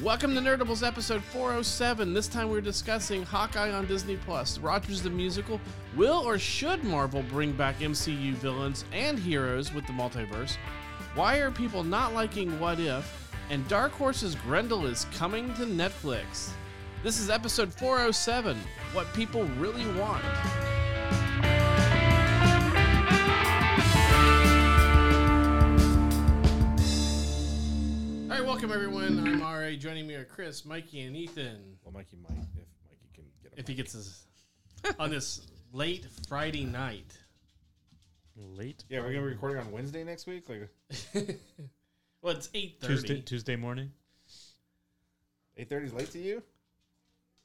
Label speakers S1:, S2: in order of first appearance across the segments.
S1: Welcome to Nerdables episode 407. This time we're discussing Hawkeye on Disney Plus, Rogers the Musical. Will or should Marvel bring back MCU villains and heroes with the multiverse? Why are people not liking What If? And Dark Horse's Grendel is coming to Netflix. This is episode 407 What People Really Want. All right, welcome everyone. I'm RA. Joining me are Chris, Mikey, and Ethan.
S2: Well, Mikey might if Mikey can get a
S1: If he gets this on this late Friday night.
S3: late
S2: yeah, we're gonna be recording on Wednesday next week. Like
S1: well, it's 8.30.
S3: Tuesday Tuesday morning.
S2: eight thirty is late to you.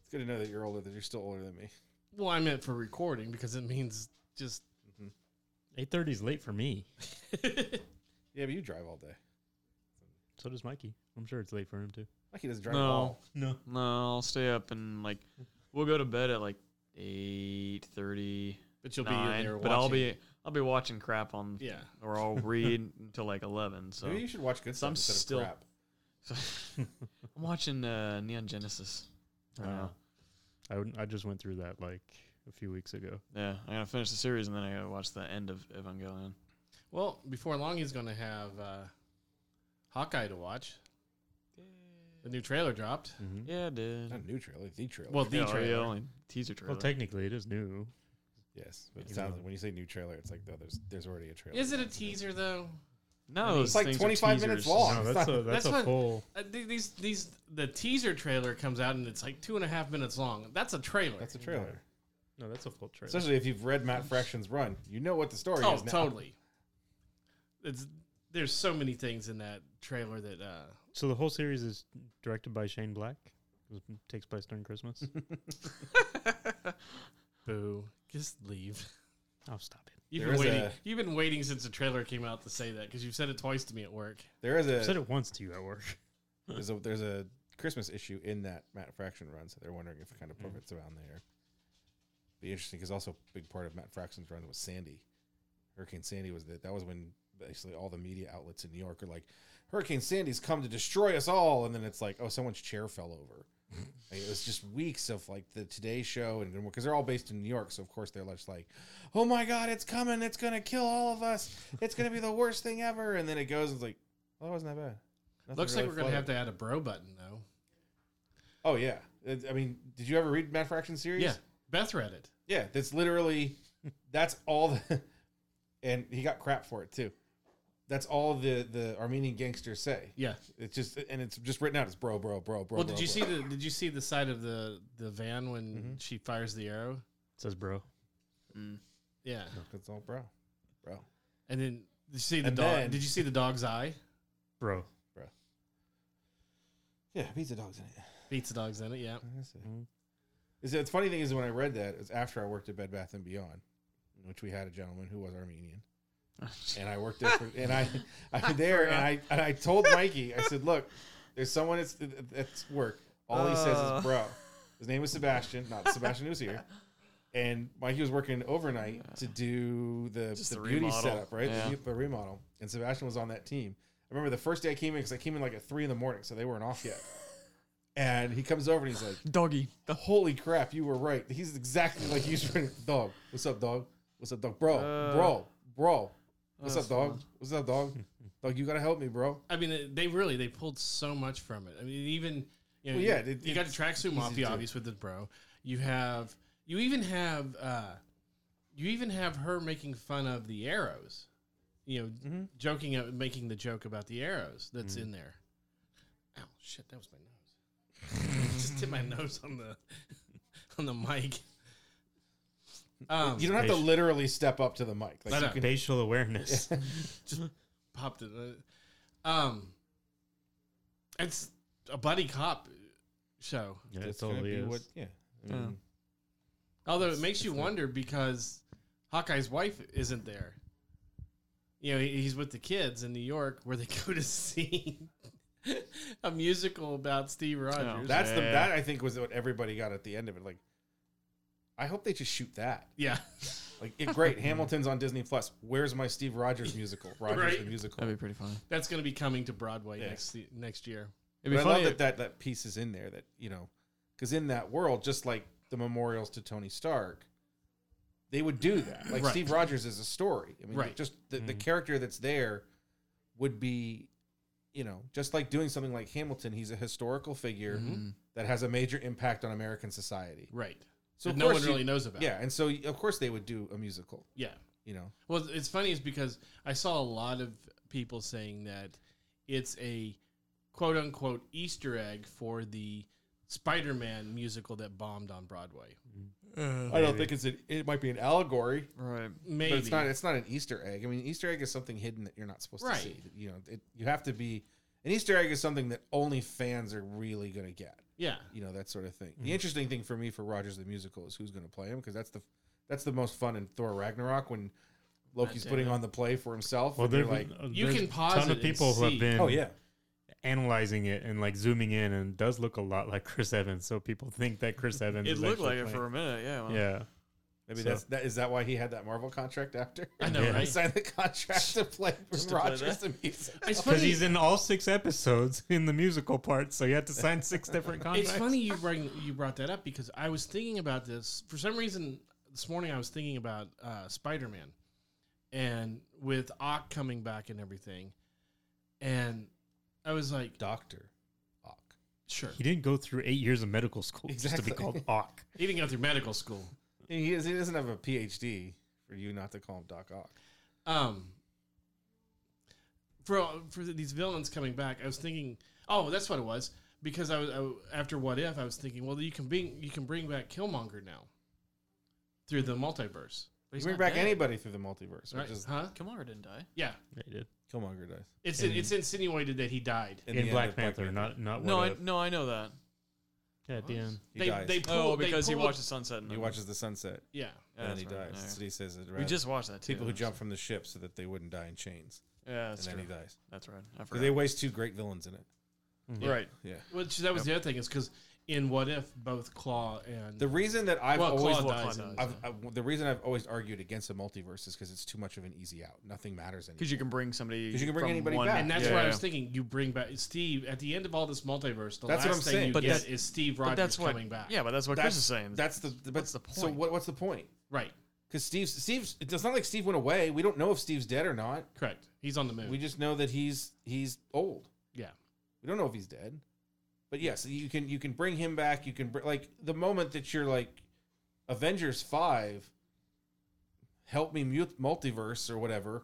S2: It's good to know that you're older. That you're still older than me.
S1: Well, I meant for recording because it means just.
S3: Eight thirty is late for me.
S2: Yeah, but you drive all day.
S3: So does Mikey. I'm sure it's late for him too.
S2: Mikey doesn't drive at
S4: No,
S2: all.
S3: No.
S4: no, I'll stay up and like we'll go to bed at like eight thirty.
S1: but you'll be in
S4: nine,
S1: there
S4: but
S1: watching.
S4: I'll be I'll be watching crap on
S1: Yeah.
S4: or I'll read until like eleven. So,
S2: Maybe you should watch good
S4: So
S2: stuff
S4: I'm
S2: instead
S4: still-
S2: of crap.
S4: So I'm watching uh, Neon Genesis. Right now.
S3: I wouldn't- I just went through that like a few weeks ago.
S4: Yeah, I gotta finish the series and then I gotta watch the end of Evangelion.
S1: Well, before long, he's going to have uh, Hawkeye to watch. The new trailer dropped.
S3: Mm-hmm.
S4: Yeah, dude.
S2: Not a new trailer, the trailer.
S1: Well, the
S4: yeah,
S1: trailer.
S4: only teaser trailer.
S3: Well, technically it is new.
S2: yes, but it
S3: Yeah.
S2: sounds like when you say new trailer, it's like oh, there's there's already a trailer.
S1: Is it a teaser though?
S4: no,
S2: It's
S4: those
S2: like
S4: things are
S2: 25 minutes
S4: teasers.
S2: long.
S3: No, that's a
S1: That's
S3: that's, a
S1: what-
S3: full.
S1: Uh, th- these these the teaser trailer comes out and it's like two and a half minutes long. That's a trailer.
S2: That's a trailer.
S3: No, that's a full trailer.
S2: Especially if you've read Matt Fraction's run, you know what the story
S1: oh,
S2: is now.
S1: totally. It's there's so many things in that trailer that uh,
S3: so the whole series is directed by Shane Black. It takes place during Christmas.
S1: boo, just leave.
S3: oh, stop it!
S1: You've
S2: There
S1: been
S2: is
S1: waiting.
S2: a-
S1: You've been waiting since the trailer came out to say that because you've said it twice to me at work.
S2: There is
S3: I said
S2: a
S3: it once to you at work.
S2: there's a there's a Christmas issue in that Matt Fraction run, so they're wondering if it kind of
S1: Mm-hmm.
S2: pivots around there. Be interesting because also a big part of Matt Fraction's run was Sandy, Hurricane Sandy was that that was when basically all the media outlets in New York are like, Hurricane Sandy's come to destroy us all, and then it's like, oh, someone's chair fell over. Like, it was just weeks of like the Today Show and because they're all based in New York, so of course they're just like, oh my god, it's coming, it's gonna kill all of us, it's gonna be the worst thing ever, and then it goes and it's like, oh, it wasn't that bad. Nothing
S1: Looks
S2: really
S1: like we're gonna
S2: flooded.
S1: have to add a bro button though.
S2: Oh yeah. It- I mean, did you ever read Matt Fraction series?
S1: Yeah, Beth read it.
S2: Yeah, that's literally that's all the and he got crap for it too. That's all the the Armenian gangsters say.
S1: Yeah.
S2: It's just and it's just written out as bro, bro, bro, bro.
S1: Well,
S2: bro,
S1: did you
S2: bro.
S1: see the did you see the side of the the van when
S2: Mhm.
S1: she fires the arrow?
S3: says bro.
S4: Mm.
S1: Yeah,
S2: It's all bro, bro,
S1: and then did you see the
S2: And
S1: dog?
S2: then-
S1: did you see the dog's eye?
S3: Bro.
S2: bro. Yeah, pizza dogs in it.
S1: Pizza dogs in it. Yeah,
S2: That's it.
S4: Mm-hmm.
S3: Mhm.
S2: Is it- the funny thing is when I read that it was after I worked at Bed Bath and Beyond, in which we had a gentleman who was Armenian. and I worked there, for, and I, I'm there, and I, and I told Mikey, I said, look, there's someone that's that's work. All he says
S4: Uh.
S2: is bro. His name was Sebastian, not Sebastian who's here. And Mikey was working overnight to do the,
S4: Just
S2: the,
S4: the
S2: beauty
S4: remodel.
S2: setup, right?
S4: Yeah.
S2: The, the remodel. And Sebastian was on that team. I remember the first day I came in because I came in like at three in the morning, so they weren't off yet. And he comes over and he's like,
S4: Doggy.
S2: "Holy crap, you were right. He's exactly like you were dog. What's up, dog? What's up, dog? Bro,
S4: Uh.
S2: bro, bro. What's
S4: That's
S2: up, dog?
S4: fun.
S2: What's up, dog? dog, you gotta help me, bro.
S1: I mean it- they really they pulled so much from it. I mean even you know,
S2: Well, yeah,
S1: you,
S2: it-
S1: you got the
S2: it's
S1: tracksuit
S2: easy
S1: mafia
S2: to do.
S1: obvious with the bro. You have you even have uh you even have her making fun of the arrows. You know,
S3: Mm-hmm.
S2: Mhm.
S1: joking at making the joke about the arrows that's
S2: Mm.
S1: in there. Ow, shit, that was my nose. Just hit my nose on the on the mic. Um,
S2: You don't have to
S3: Patient.
S2: literally step up to the mic.
S1: I
S2: Like you
S1: know.
S2: can,
S3: Facial awareness.
S1: popped it. uh, Um, it's a buddy cop show.
S3: yeah, it
S2: that's gonna
S3: totally
S2: be
S3: is.
S2: what- yeah. Mm-hmm. I
S4: Yeah.
S2: mean,
S1: Although it makes you wonder because Hawkeye's wife isn't there. You know, he- he's with the kids in New York where they go to see a musical about Steve Rogers.
S2: That's the
S4: Yeah.
S2: Oh. that I think was what everybody got at the end of it. Like, I hope they just shoot that.
S1: Yeah.
S2: Like, it, great, Hamilton's on Disney Plus. Where's my Steve Rogers musical? Rogers
S1: Right.
S2: the musical.
S4: That'd be pretty funny.
S1: That's going to be coming to Broadway
S2: Yeah.
S1: next next year.
S4: It'd be
S2: But I love
S4: funny.
S2: that, that that piece is in there that you know, because in that world, just like the memorials to Tony Stark, they would do that. Like
S1: Right.
S2: Steve Rogers is a story. I mean,
S1: Right. Mm-hmm.
S2: just the, the
S3: Mhm.
S2: character that's there would be, you know, just like doing something like Hamilton. He's a historical figure
S1: Mhm.
S2: that has a major impact on American society.
S1: Right. So
S2: So of
S1: no one
S2: course you-
S1: really knows about.
S2: yeah, and so of course they would do a musical.
S1: Yeah.
S2: You know,
S1: Well, it's funny is because I saw a lot of people saying that it's a quote unquote Easter egg for the Spider-Man musical that bombed on Broadway.
S3: Uh,
S2: I don't think it's an, it might be an allegory.
S4: Right.
S1: Maybe.
S2: But it's not it's not an Easter egg. I mean, Easter egg is something hidden that you're not supposed
S1: Right.
S2: to see. You know, it, you have to be an Easter egg is something that only fans are really going to get.
S1: yeah.
S2: You know, that sort of thing.
S1: Mm.
S3: Mhm.
S2: The interesting thing for me for Rogers the musical is who's going to play him because that's the that's the most fun in Thor Ragnarok when Loki's
S1: Goddamn.
S2: putting on the play for himself.
S3: Well,
S2: and they're
S3: there's
S2: like,
S1: You
S3: there's
S1: can pause
S3: a ton
S1: it
S3: of
S1: and
S3: people who
S1: see.
S3: have been
S2: oh yeah,
S3: analyzing it and like zooming in, and it does look a lot like Chris Evans. So people think that Chris Evans.
S4: It
S3: is
S4: looked like
S3: actually
S4: it for
S3: playing-
S4: a minute. Yeah. well,
S3: Yeah,
S2: maybe
S3: So-
S2: that's that is that why he had that Marvel contract after.
S1: I know,
S3: Yeah.
S2: He
S1: right?
S2: signed the contract to play
S4: Just to play
S2: Rogers
S4: that.
S2: the musical.
S1: It's
S3: because
S1: funny.
S3: he's in all six episodes in the musical part, so you had to sign six different contracts.
S1: it's funny you bring you brought that up because I was thinking about this for some reason this morning. I was thinking about uh, Spider Man, and with Ock coming back and everything, and I was like,
S2: Doctor Ock.
S1: sure,
S3: He didn't go through eight years of medical school just to
S2: Exactly.
S3: be called Ock.
S1: he didn't go through medical school.
S2: He, is, he doesn't have a PhD for you not to call him Doc Ock.
S1: Um, for for these villains coming back, I was thinking, oh, that's what it was. Because I was I, after What If, I was thinking, well, you can bring you can bring back Killmonger now through the multiverse,
S4: but he's
S2: you bring
S4: not
S2: back
S4: dead.
S2: anybody through the multiverse,
S1: right?
S2: which is
S1: Huh?
S4: Killmonger didn't die.
S1: Yeah,
S3: They did.
S2: Killmonger dies.
S1: it's
S3: And-
S1: it's insinuated that he died.
S2: the
S3: In
S2: end
S3: Black
S2: of
S3: Panther, not not
S4: No,
S3: what
S4: I,
S3: if.
S4: no, I know that.
S3: God damn.
S2: He
S1: they
S2: dies.
S1: they pulled,
S4: Oh, because
S1: they
S4: he
S1: pulled-
S4: watches sunset. And
S2: he watches the sunset
S1: Yeah,
S4: Yeah,
S2: and then he
S4: that's right.
S2: dies.
S4: Yeah.
S2: That's what he says. It'd
S4: We
S2: rather-
S4: just watched that too.
S2: people who
S4: That's-
S2: jump from the ship so that they wouldn't die in chains,
S4: Yeah, that's
S2: and
S4: true.
S2: then he dies.
S4: That's right. I
S2: 'Cause They
S4: forgot.
S2: waste two great villains in it.
S3: Yeah.
S4: Right.
S2: Yeah.
S1: which that was the other thing is because in What If, both Claw and
S2: The reason that I've
S1: well,
S2: always
S1: Claw
S4: well,
S1: dies.
S4: Claw
S1: in-
S4: dies.
S2: I've, I've, the reason I've always argued against the multiverse is because it's too much of an easy out. Nothing matters anymore.
S4: Because you can bring somebody.
S2: 'Cause you can bring
S4: from
S2: anybody
S4: one-
S2: back.
S1: And that's
S4: yeah,
S1: why I
S4: yeah.
S1: was thinking you bring back Steve at the end of all this multiverse. The
S2: That's
S1: last
S2: what I'm
S1: thing
S2: saying.
S1: you
S4: But
S1: get
S4: that's-
S1: is Steve
S4: But
S1: Rogers
S4: that's what.
S1: coming back.
S4: Yeah, but that's what
S2: That's-
S4: Chris is saying.
S2: That's the, the
S4: What's the
S2: So
S4: point?
S2: what, what's the point?
S1: right.
S2: Because Steve, Steve's. It's not like Steve went away. We don't know if Steve's dead or not.
S1: Correct. He's on the moon.
S2: We just know that he's he's old.
S1: yeah.
S2: We don't know if he's dead, but yes, you can you can bring him back. You can br- like the moment that you're like Avengers five, help me mute multiverse or whatever.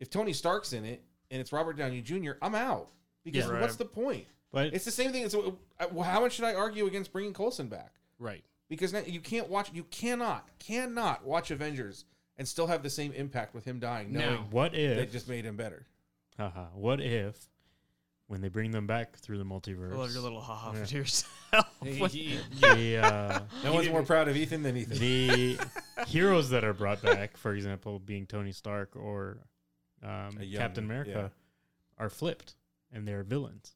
S2: If Tony Stark's in it and it's Robert Downey Jr., I'm out because
S1: Yeah.
S4: Right.
S2: what's the point?
S3: But
S2: It's the same thing. It's uh, well, how much should I argue against bringing Coulson back?
S1: Right.
S2: Because now you can't watch, you cannot, cannot watch Avengers and still have the same impact with him dying, knowing
S1: Now.
S3: what
S2: they
S3: if?
S2: just made him better.
S3: haha, what if? When they bring them back through the multiverse,
S4: I love your little haha
S3: Yeah.
S4: for to yourself.
S1: He-
S4: What-
S1: he-
S3: the uh,
S2: No one's more proud of Ethan than Ethan.
S3: the heroes that are brought back, for example, being Tony Stark or um,
S2: A young-
S3: Captain America, are flipped and they're villains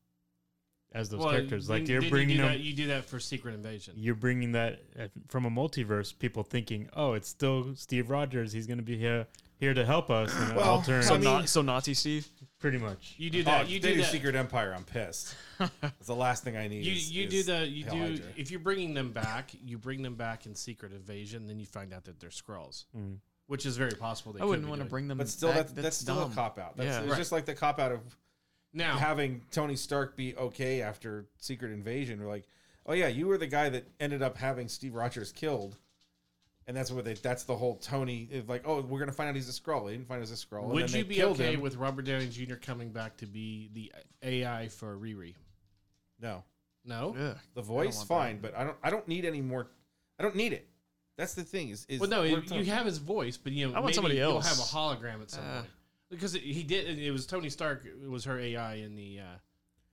S3: as those
S1: well,
S3: characters. Like
S1: didn't-
S3: you're
S1: didn't
S3: bringing
S1: you do
S3: them,
S1: that, you do that for Secret Invasion.
S3: you're bringing that uh, from a multiverse. People thinking, oh, it's still Steve Rogers. He's going to be here here to help us in an
S2: Well,
S3: alternate,
S4: So,
S2: I mean-
S4: Na- so Nazi Steve.
S3: pretty much.
S1: You do
S2: Oh,
S1: that.
S2: if
S1: you
S2: they
S1: do
S2: do
S1: that.
S2: Secret Empire. I'm pissed. It's the last thing I need.
S1: you
S2: is-
S1: you
S2: is
S1: do the you
S2: Hell
S1: do
S2: Hydra.
S1: if you're bringing them back, you bring them back in Secret Invasion, then you find out that they're Skrulls,
S2: Mm-hmm.
S3: Mm.
S1: which is very possible. They
S4: I wouldn't
S1: want to
S4: bring them.
S2: But still,
S4: back.
S2: that's, that's, still
S4: dumb.
S2: a cop out. That's
S4: Yeah.
S2: it's
S1: Right.
S2: just like the cop out of
S1: now.
S2: having Tony Stark be okay after Secret Invasion. We're like, oh yeah, you were the guy that ended up having Steve Rogers killed, and that's what they. That's the whole Tony. It's like, oh, we're gonna find out he's a Skrull. They didn't find out he's a Skrull. and
S1: would
S2: then
S1: you
S2: they
S1: be
S2: killed
S1: okay
S2: him.
S1: with Robert Downey Jr. coming back to be the AI for Riri?
S2: no
S1: No.
S4: Yeah.
S2: the voice?
S4: want
S2: Fine,
S4: that.
S2: but I don't. I don't need any more. I don't need it. That's the thing. Is, is
S1: Well, no,
S2: we're
S1: you
S2: talking-
S1: you have his voice, but you know,
S4: I want
S1: maybe
S4: somebody
S1: you'll
S4: else.
S1: have a hologram at some
S4: Ah.
S1: point because it, he did. and It was Tony Stark. It was her AI in the uh,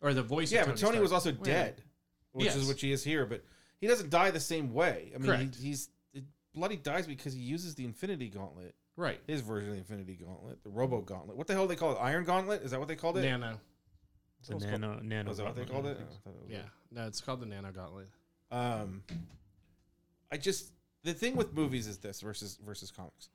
S1: or the voice.
S2: Yeah,
S1: of
S2: but Tony
S1: Stark.
S2: was also dead, which
S1: Yes.
S2: is what she is here. But he doesn't die the same way. I mean,
S1: Correct.
S2: he, he's it, bloody dies because he uses the Infinity Gauntlet,
S1: right.
S2: his version of the Infinity Gauntlet, the Robo Gauntlet. What the hell do they call it? Iron Gauntlet? Is that what they called it?
S1: Nano.
S3: It's a nano, nano.
S2: Is that what they called it? Oh, I thought it was
S1: Yeah, no, it's called the Nano Gauntlet.
S2: Um, I just the thing with movies is this versus versus comics.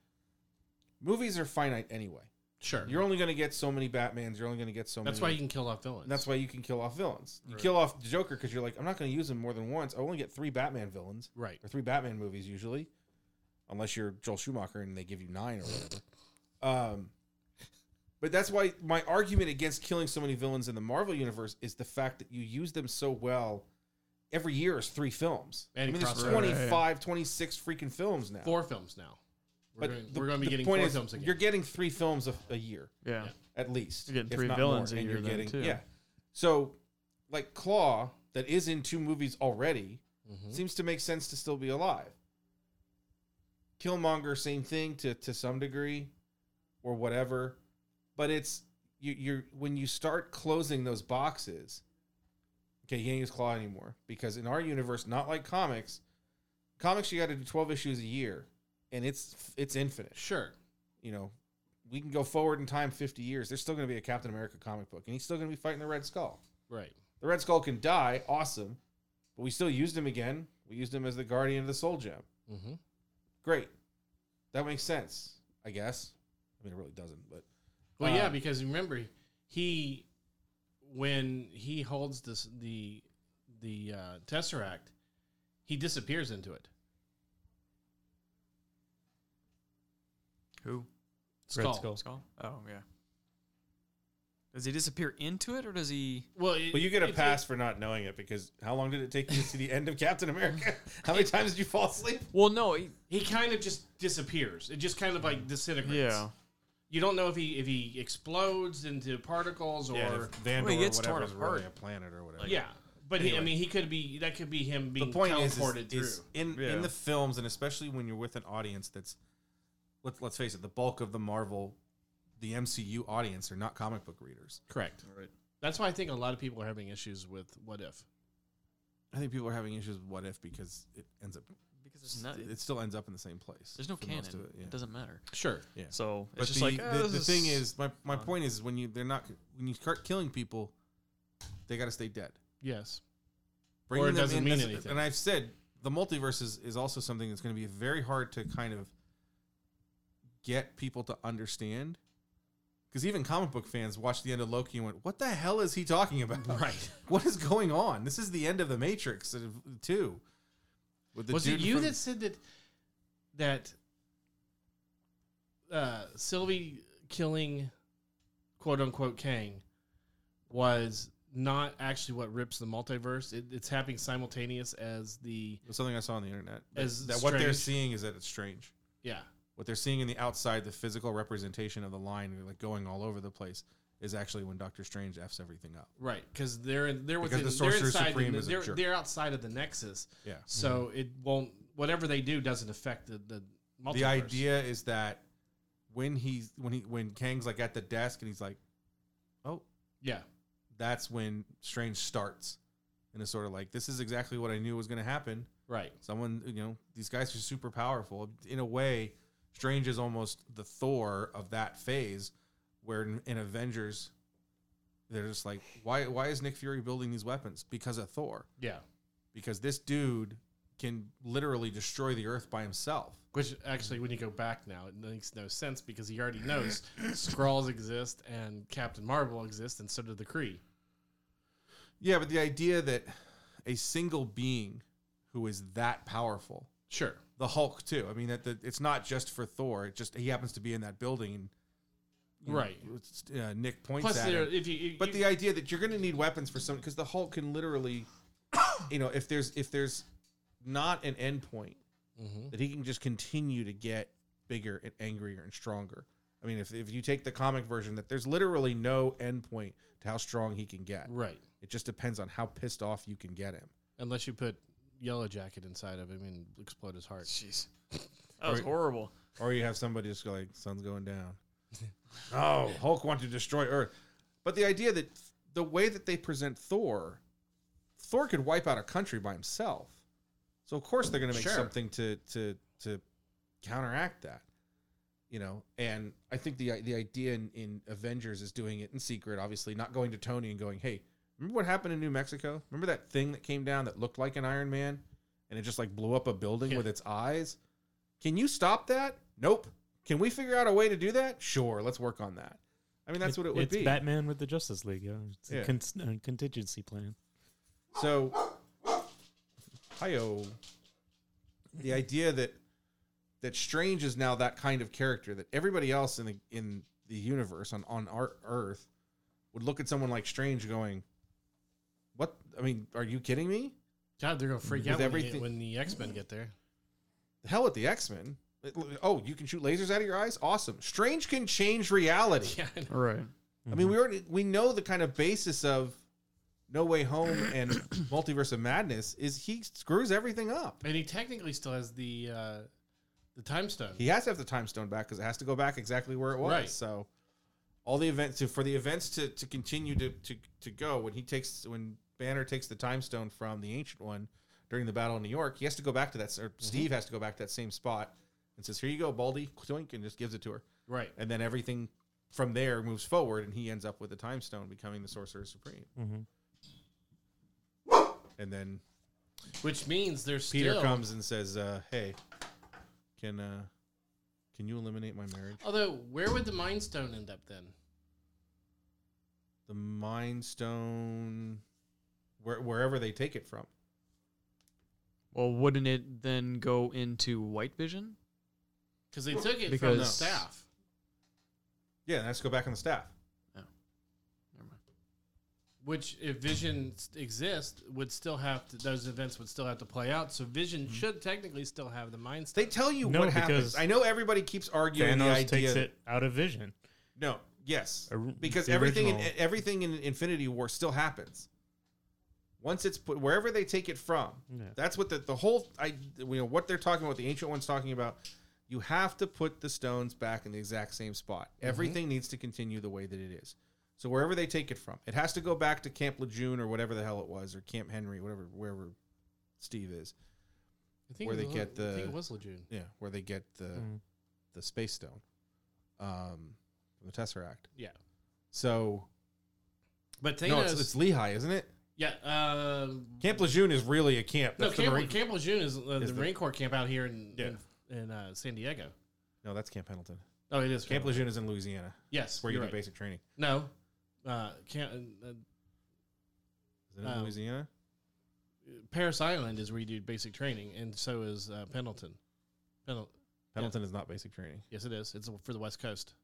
S2: Movies are finite anyway.
S1: Sure.
S2: You're only going to get so many Batmans. You're only going to get so
S1: That's why
S2: many.
S1: you can kill off villains.
S2: that's why you can kill off villains. You
S1: Right.
S2: kill off the Joker because you're like, I'm not going to use him more than once. I only get three Batman villains
S1: right.
S2: or three Batman movies usually, unless you're Joel Schumacher and they give you nine or whatever. Um, but that's why my argument against killing so many villains in the Marvel universe is the fact that you use them so well. Every year is three films.
S1: And
S2: I mean, there's
S1: crossover. Right,
S3: yeah, yeah.
S2: 25, 26 freaking films now.
S1: Four films now. We're
S2: But
S1: going,
S2: the-
S1: we're going to be
S2: the
S1: getting
S2: point
S1: four
S2: is
S1: films again.
S2: You're getting three films a, a year
S4: Yeah.
S1: Yeah.
S2: at least.
S4: You're getting
S2: if
S4: three
S2: not
S4: villains
S2: more,
S4: a
S2: and
S4: year
S2: you're
S4: then,
S2: getting
S4: too.
S2: yeah. So, like Claw, that is in two movies already,
S1: Mhm.
S2: seems to make sense to still be alive. Killmonger, same thing to to some degree, or whatever, but it's you you're when you start closing those boxes. Okay, you can't use Claw anymore because in our universe, not like comics, comics you got to do twelve issues a year, and it's it's infinite
S1: Sure.
S2: you know, we can go forward in time 50 years. There's still going to be a Captain America comic book, and he's still going to be fighting the Red Skull.
S1: Right.
S2: The Red Skull can die, awesome, but we still used him again. We used him as the guardian of the Soul Gem.
S1: Mm-hmm.
S2: Great, that makes sense, I guess. I mean, it really doesn't, but
S1: Well, yeah,
S2: Um,
S1: because remember he when he holds this the the uh, tesseract, he disappears into it.
S4: Who?
S1: Skull.
S3: Skull.
S4: Skull? Oh yeah. Does he disappear into it or does he?
S1: Well, it,
S2: well, you get a
S1: it's-
S2: pass for not knowing it because how long did it take you to see the end of Captain America? How many times did you fall asleep?
S4: Well, no. He,
S1: He kind of just disappears. It just kind of like disintegrates.
S4: yeah.
S1: You don't know if he if he explodes into particles or
S2: Vandor
S4: Well, he gets torn
S2: is really
S4: apart.
S2: a planet or whatever.
S1: yeah. But he, I
S4: Anyway.
S1: mean, he could be that could be him being
S2: the point is, is,
S1: teleported
S2: is
S1: through.
S2: in
S4: Yeah.
S2: in the films and especially when you're with an audience that's let's let's face it the bulk of the marvel the mcu audience are not comic book readers
S1: Correct.
S4: Right.
S1: That's why I think a lot of people are having issues with what if.
S2: i think people are having issues with what if because it ends up
S4: Because there's not.
S2: it still ends up in the same place
S4: Uh, There's no
S2: for
S4: canon.
S2: most
S4: It,
S2: of it, yeah.
S4: doesn't matter.
S1: Sure.
S2: Yeah.
S4: So
S2: but
S4: it's just
S2: the,
S4: like "Ah,
S2: the,
S4: this
S2: the thing
S4: is
S2: is my, my
S4: fun."
S2: point is when you they're not when you start killing people they got to stay dead
S1: Yes.
S2: Bringing
S1: it
S2: them
S1: doesn't
S2: in
S1: mean
S2: as-
S1: anything.
S2: And I've said the multiverse is, is also something that's going to be very hard to kind of get people to understand. Because even comic book fans watched the end of Loki and went, "What the hell is he talking about?
S1: Right.
S2: What is going on? This is the end of the Matrix uh, too." With the
S1: Was it
S2: dude
S1: you
S2: from-
S1: that said that that uh, Sylvie killing quote unquote Kang was not actually what rips the multiverse? It, it's happening simultaneous as the
S2: It was something I saw on the internet?
S1: As
S2: that what they're
S1: strange.
S2: seeing is that it's strange.
S1: yeah
S2: What they're seeing in the outside, the physical representation of the line, like going all over the place, is actually when Doctor Strange f's everything up.
S1: right because they're they're
S2: Because
S1: within,
S2: the
S1: they're
S2: Sorcerer
S1: inside
S2: Supreme
S1: the,
S2: is a
S1: they're,
S2: jerk.
S1: they're outside of the nexus,
S2: Yeah.
S1: so it won't whatever they do doesn't affect the the multiverse.
S2: the idea is that when he's when he when Kang's like at the desk and he's like, "Oh,"
S1: yeah
S2: that's when Strange starts, and it's sort of like, "This is exactly what I knew was going to happen."
S1: right
S2: Someone, you know, these guys are super powerful. In a way, Strange is almost the Thor of that phase, where in, in Avengers, they're just like, "Why? Why is Nick Fury building these weapons? Because of Thor.
S1: yeah
S2: Because this dude can literally destroy the Earth by himself."
S1: Which actually, when you go back now, it makes no sense because he already knows Skrulls exist and Captain Marvel exists, and so do the Kree.
S2: Yeah, but the idea that a single being who is that powerful,
S1: Sure,
S2: the Hulk too. I mean, that the, it's not just for Thor. It just he happens to be in that building, and you know,
S1: Right.
S2: it's, uh, Nick points
S1: Plus,
S2: at
S1: there,
S2: him.
S1: if you,
S2: But the idea that you're going to need weapons for something because the Hulk can literally, you know, if there's if there's not an end point
S1: Mhm.
S2: that he can just continue to get bigger and angrier and stronger. I mean, if, if you take the comic version, that there's literally no end point to how strong he can get.
S1: right,
S2: It just depends on how pissed off you can get him.
S1: unless you put Yellow Jacket inside of him and explode his heart.
S4: Jeez. That was
S2: Or-
S4: horrible.
S2: Or you have somebody just go like, sun's going down. oh, Hulk wanted to destroy Earth. But the idea that the way that they present Thor, Thor could wipe out a country by himself. So of course they're gonna make
S1: Sure.
S2: something to to to counteract that. You know, and I think the the idea in, in Avengers is doing it in secret, obviously, not going to Tony and going, Hey, remember what happened in New Mexico? Remember that thing that came down that looked like an Iron Man and it just like blew up a building
S1: Yeah.
S2: with its eyes? Can you stop that? Nope. Can we figure out a way to do that? Sure, let's work on that. I mean, that's what it would
S3: it's
S2: be.
S3: Batman with the Justice League. Yeah, it's
S2: Yeah.
S3: a con- uh, contingency plan.
S2: So, hiyo. The idea that that Strange is now that kind of character that everybody else in the in the universe on on our Earth would look at someone like Strange going, "What? I mean, are you kidding me?
S1: God, they're gonna freak
S2: With
S1: out when, they,
S2: everything-
S1: when the X Men get there.
S2: The hell with the X Men." Oh, you can shoot lasers out of your eyes? Awesome. Strange can change reality.
S1: Yeah, Mm-hmm. I know.
S4: Right.
S2: I mean, we already we know the kind of basis of No Way Home and Multiverse of Madness is he screws everything up.
S1: and he technically still has the uh, the time stone.
S2: He has to have the time stone back because it has to go back exactly where it was.
S1: Right.
S2: So all the events to, for the events to, to continue to, to to go when he takes when Banner takes the time stone from the ancient one during the battle in New York, he has to go back to that s-
S1: Mm-hmm.
S2: or Steve has to go back to that same spot and says, Here you go, Baldy, Twink, and just gives it to her.
S1: Right.
S2: And then everything from there moves forward and he ends up with the time stone becoming the sorcerer supreme.
S3: Mhm.
S2: And then
S1: Which means there's
S2: Peter
S1: still.
S2: comes and says, uh, "Hey, can uh, can you eliminate my marriage?
S1: Although, where would the Mind Stone end up then?
S2: The Mind Stone, where, wherever they take it from.
S4: Well, wouldn't it then go into White Vision?
S1: Because they took it from the
S4: Because-
S1: staff.
S2: Yeah, let's go back on the staff.
S4: Never mind.
S1: Which, if Vision s- exists, would still have to, those events would still have to play out. So Vision
S2: Mm-hmm.
S1: should technically still have the Mind Stone.
S2: They tell you
S3: No,
S2: what happens.
S3: because
S2: I know everybody keeps arguing the
S3: Thanos
S2: idea.
S3: takes
S2: that-
S3: it out of vision.
S2: No, yes,
S3: Or-
S2: because
S3: the
S2: everything in,
S3: original.
S2: everything in Infinity War still happens. Once it's put wherever they take it from,
S3: Yeah.
S2: that's what the, the whole I you know what they're talking about. The ancient ones talking about. You have to put the stones back in the exact same spot.
S1: Mm-hmm.
S2: Everything needs to continue the way that it is. So wherever they take it from, it has to go back to Camp Lejeune or whatever the hell it was, or Camp Henry, whatever wherever Steve is.
S1: I think
S2: where
S1: it
S2: they
S1: was-
S2: get
S1: I think
S2: the-
S1: it was Lejeune.
S2: Yeah, where they get the
S1: Mm-hmm.
S3: Mhm.
S2: the space stone um, from the Tesseract.
S1: Yeah.
S2: So
S1: But Thanos.
S2: no, it's, it's Lehigh, isn't it?
S1: yeah. Um,
S2: Camp Lejeune is really a camp.
S1: no,
S2: That's the
S1: Camp,
S2: Marine-
S1: Camp Lejeune is, uh,
S2: is
S1: the
S2: the-
S1: Marine Corps camp out here in,
S2: Yeah.
S1: in, in uh, San Diego.
S2: no, that's Camp Pendleton.
S1: Oh, it is.
S2: Camp
S1: Lejeune.
S2: Lejeune is in Louisiana,
S1: Yes.
S2: where you
S1: you're
S2: do
S1: right.
S2: basic training.
S1: No. Uh, camp, uh,
S2: Is it in
S1: Um,
S2: Louisiana?
S1: Paris Island is where you do basic training, and so is uh, Pendleton. Pendle-
S2: Pendleton is not basic training.
S1: yes, it is. It's for the West Coast.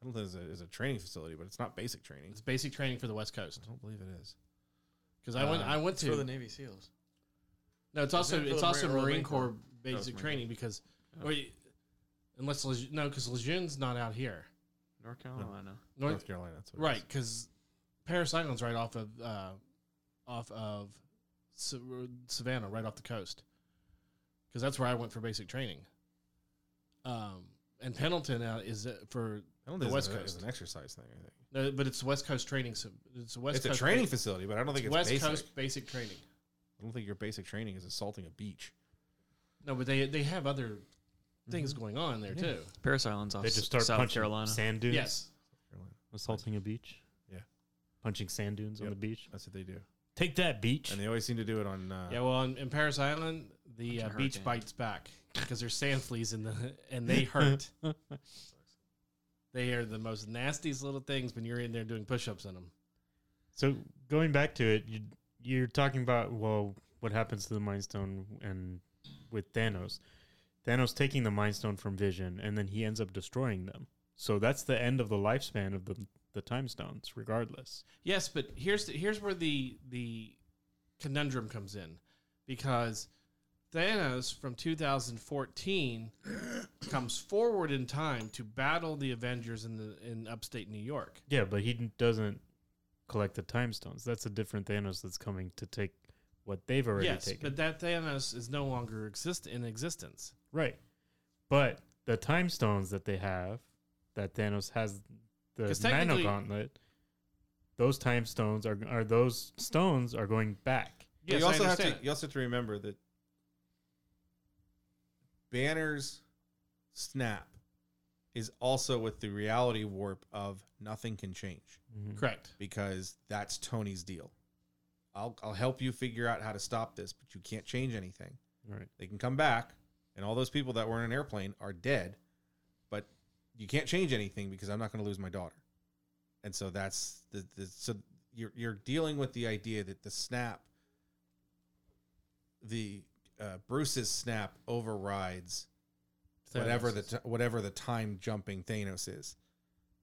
S2: Pendleton is a, is a training facility, but it's not basic training.
S1: It's basic training for the West Coast.
S2: I don't believe it is.
S1: Because I went,
S2: Uh,
S1: I went to
S4: Navy SEALs.
S1: no. It's also
S4: Isn't it for
S1: it's
S4: the
S1: also
S4: Marine- or the
S1: Marine
S4: Marine
S1: Corps
S4: Corps? it's
S1: basic
S4: Marine
S1: training because,
S4: Oh.
S1: or you- unless Leje- no, because Lejeune's not out here.
S4: North Carolina.
S1: North,
S2: North Carolina. That's what it
S1: right?
S2: is.
S1: Because Paris Island's right off of uh, off of Sa- Savannah, right off the coast. Because that's where I went for basic training. Um, and Pendleton uh, is uh, for
S2: Pendleton
S1: The
S2: is
S1: West
S2: an-
S1: Coast.
S2: is an exercise thing. I think
S1: No, but it's West Coast training. So it's West.
S2: it's
S1: Coast
S2: a training facility, but I don't think it's
S1: West
S2: basic.
S1: Coast basic training.
S2: I don't think your basic training is assaulting a beach.
S1: No, but they they have other things
S3: Mm-hmm.
S1: going on there too.
S4: Paris Island's off
S3: They just start
S4: South
S3: punching
S4: Carolina.
S3: sand dunes.
S1: Yes,
S2: Carolina.
S3: assaulting a beach.
S2: Yeah.
S3: punching sand dunes on
S2: Yep.
S3: the beach.
S2: That's what they do,
S3: Take that beach.
S2: and they always seem to do it on. Uh,
S1: yeah. Well, in, in Paris Island, the uh,
S4: Bunch of
S1: beach
S4: hurricanes.
S1: bites back because there's sand fleas in the and they hurt. they are the most nastiest little things when you're in there doing push-ups in them.
S3: So going back to it, you, you're talking about well, what happens to the Mind Stone and with Thanos? Thanos taking the Mind Stone from Vision, and then he ends up destroying them. So that's the end of the lifespan of the the Time Stones, regardless.
S1: Yes, but here's the, here's where the the conundrum comes in because Thanos from 2014 comes forward in time to battle the Avengers in the in upstate New York.
S3: Yeah, but he d- doesn't collect the Time Stones. That's a different Thanos that's coming to take what they've already
S1: yes,
S3: taken.
S1: but that Thanos is no longer exist in existence.
S3: right, but the Time Stones that they have, that Thanos has, the
S1: 'Cause
S3: Nano
S1: technically-
S3: Gauntlet. Those time stones are are those stones are going back.
S2: But
S1: Yes,
S2: you also
S1: I
S2: have to
S1: understand. it.
S2: you also have to remember that Banner's snap is also with the reality warp of nothing can change
S1: Correct.
S2: because that's Tony's deal. I'll I'll help you figure out how to stop this, but you can't change anything.
S3: Right.
S2: They can come back and all those people that were in an airplane are dead, you can't change anything because I'm not going to lose my daughter. And so that's the, the so you're you're dealing with the idea that the snap, the uh, Bruce's snap overrides whatever the
S1: Thanos.
S2: t- whatever the time jumping Thanos is.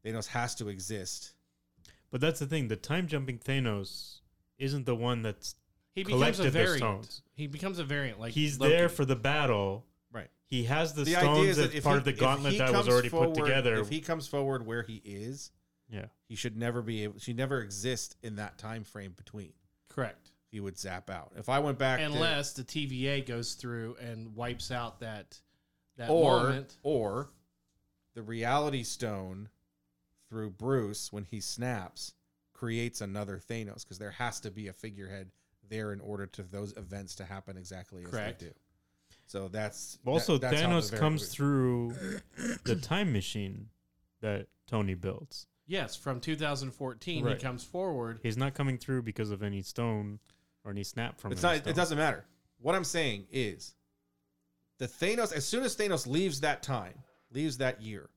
S2: Thanos has to exist.
S3: But that's the thing. The time jumping Thanos isn't the one that's
S1: he becomes a
S3: collected the
S1: variant.
S3: stones.
S1: He becomes a variant. Like
S3: he's
S1: Loki.
S3: there for the battle.
S2: Right.
S3: He has the,
S2: The idea is
S3: stones
S2: that
S3: as
S2: if
S3: part
S2: he-
S3: of the
S2: if
S3: gauntlet
S2: he
S3: that was
S2: comes
S3: already
S2: forward-
S3: put together.
S2: If he comes forward where he is,
S3: yeah.
S2: he should never be able. She never exists in that time frame between.
S1: correct,
S2: He would zap out. If I went back, to-
S1: unless the TVA goes through and wipes out that that
S2: or
S1: moment.
S2: or the Reality Stone through Bruce when he snaps creates another Thanos because there has to be a figurehead there in order to those events to happen exactly as
S1: Correct.
S2: they do. So that's that-
S3: Also,
S2: that's how the
S3: Thanos
S2: vari-
S3: comes through the time machine that Tony builds.
S1: Yes, from 2014,
S3: Right.
S1: he comes forward.
S3: He's not coming through because of any stone or any snap from
S2: It's
S3: any
S2: not.
S3: stone.
S2: It doesn't matter. What I'm saying is, the Thanos. As soon as Thanos leaves that time, leaves that year,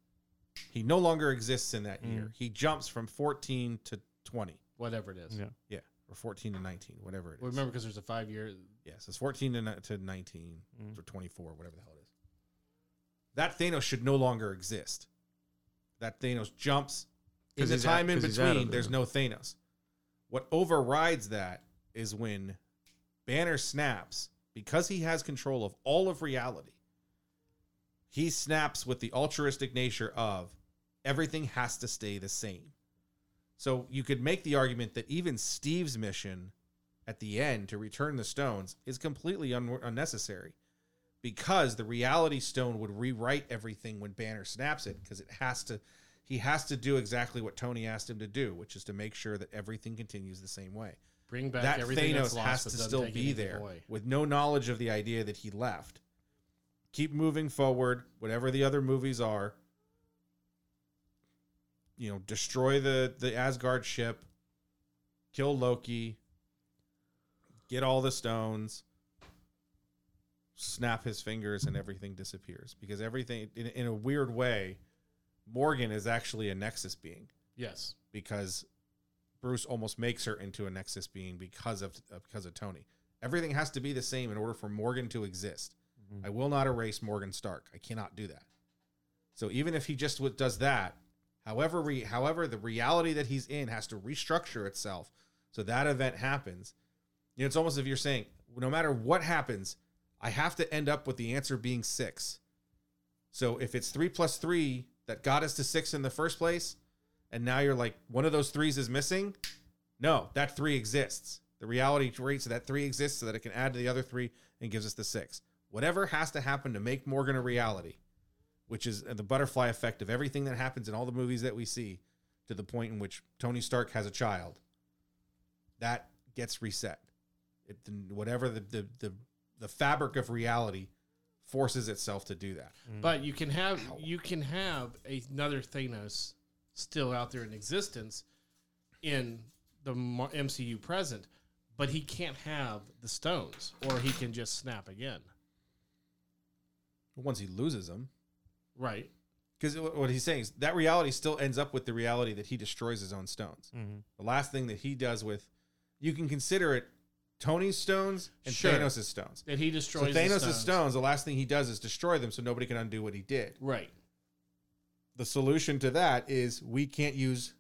S2: he no longer exists in
S1: Mm.
S2: that year. He jumps from 14 to 20.
S1: Whatever it is,
S3: Yeah.
S2: Yeah, or 14 to 19, whatever it is.
S1: Well, remember because there's a five year.
S2: Yes, it's 14 to, ni- to 19
S1: Mm.
S3: Mm-hmm.
S2: or 24, whatever the hell it is. That Thanos should no longer exist. That Thanos jumps in
S4: 'Cause
S2: the
S4: he's out-
S2: time in
S4: 'cause he's out of
S2: between.
S4: there.
S2: There's no Thanos. What overrides that is when Banner snaps because he has control of all of reality. He snaps with the altruistic nature of everything has to stay the same. So you could make the argument that even Steve's mission at the end to return the stones is completely un- unnecessary because the reality stone would rewrite everything when Banner snaps it because it has to he has to do exactly what Tony asked him to do, which is to make sure that everything continues the same way.
S1: Bring back
S2: that
S1: everything that's
S2: Thanos
S1: lost,
S2: has
S1: but
S2: to
S1: doesn't
S2: still
S1: take
S2: be
S1: anything
S2: there
S1: away.
S2: with no knowledge of the idea that he left. Keep moving forward, whatever the other movies are. You know, destroy the the Asgard ship, kill Loki, get all the stones, snap his fingers, and everything disappears. Because everything, in, in a weird way, Morgan is actually a Nexus being
S1: Yes,
S2: because Bruce almost makes her into a Nexus being because of uh, because of Tony. Everything has to be the same in order for Morgan to exist. I will not erase Morgan Stark. I cannot do that. So even if he just w- does that, however, re, however, the reality that he's in has to restructure itself so that event happens. You know, it's almost as if you're saying, no matter what happens, I have to end up with the answer being six. So if it's three plus three that got us to six in the first place, and now you're like one of those threes is missing no that three exists the reality creates that three exists so that it can add to the other three and gives us the six whatever has to happen to make morgan a reality which is the butterfly effect of everything that happens in all the movies that we see to the point in which tony stark has a child that gets reset it, whatever the, the, the, the fabric of reality forces itself to do that
S1: but you can have you can have another Thanos still out there in existence in the Mar- MCU present, but he can't have the stones, or he can just snap again.
S2: once he loses them
S1: Right.
S2: Because what he's saying is that reality still ends up with the reality that he destroys his own
S1: Mm.
S2: stones.
S3: Mm-hmm.
S2: The last thing that he does with, you can consider it Tony's stones and
S1: Sure.
S2: Thanos' stones.
S1: That he
S2: So
S1: destroys the
S2: Thanos'
S1: stones.
S2: stones. the last thing he does is destroy them so nobody can undo what he did.
S1: Right.
S2: The solution to that is we can't use,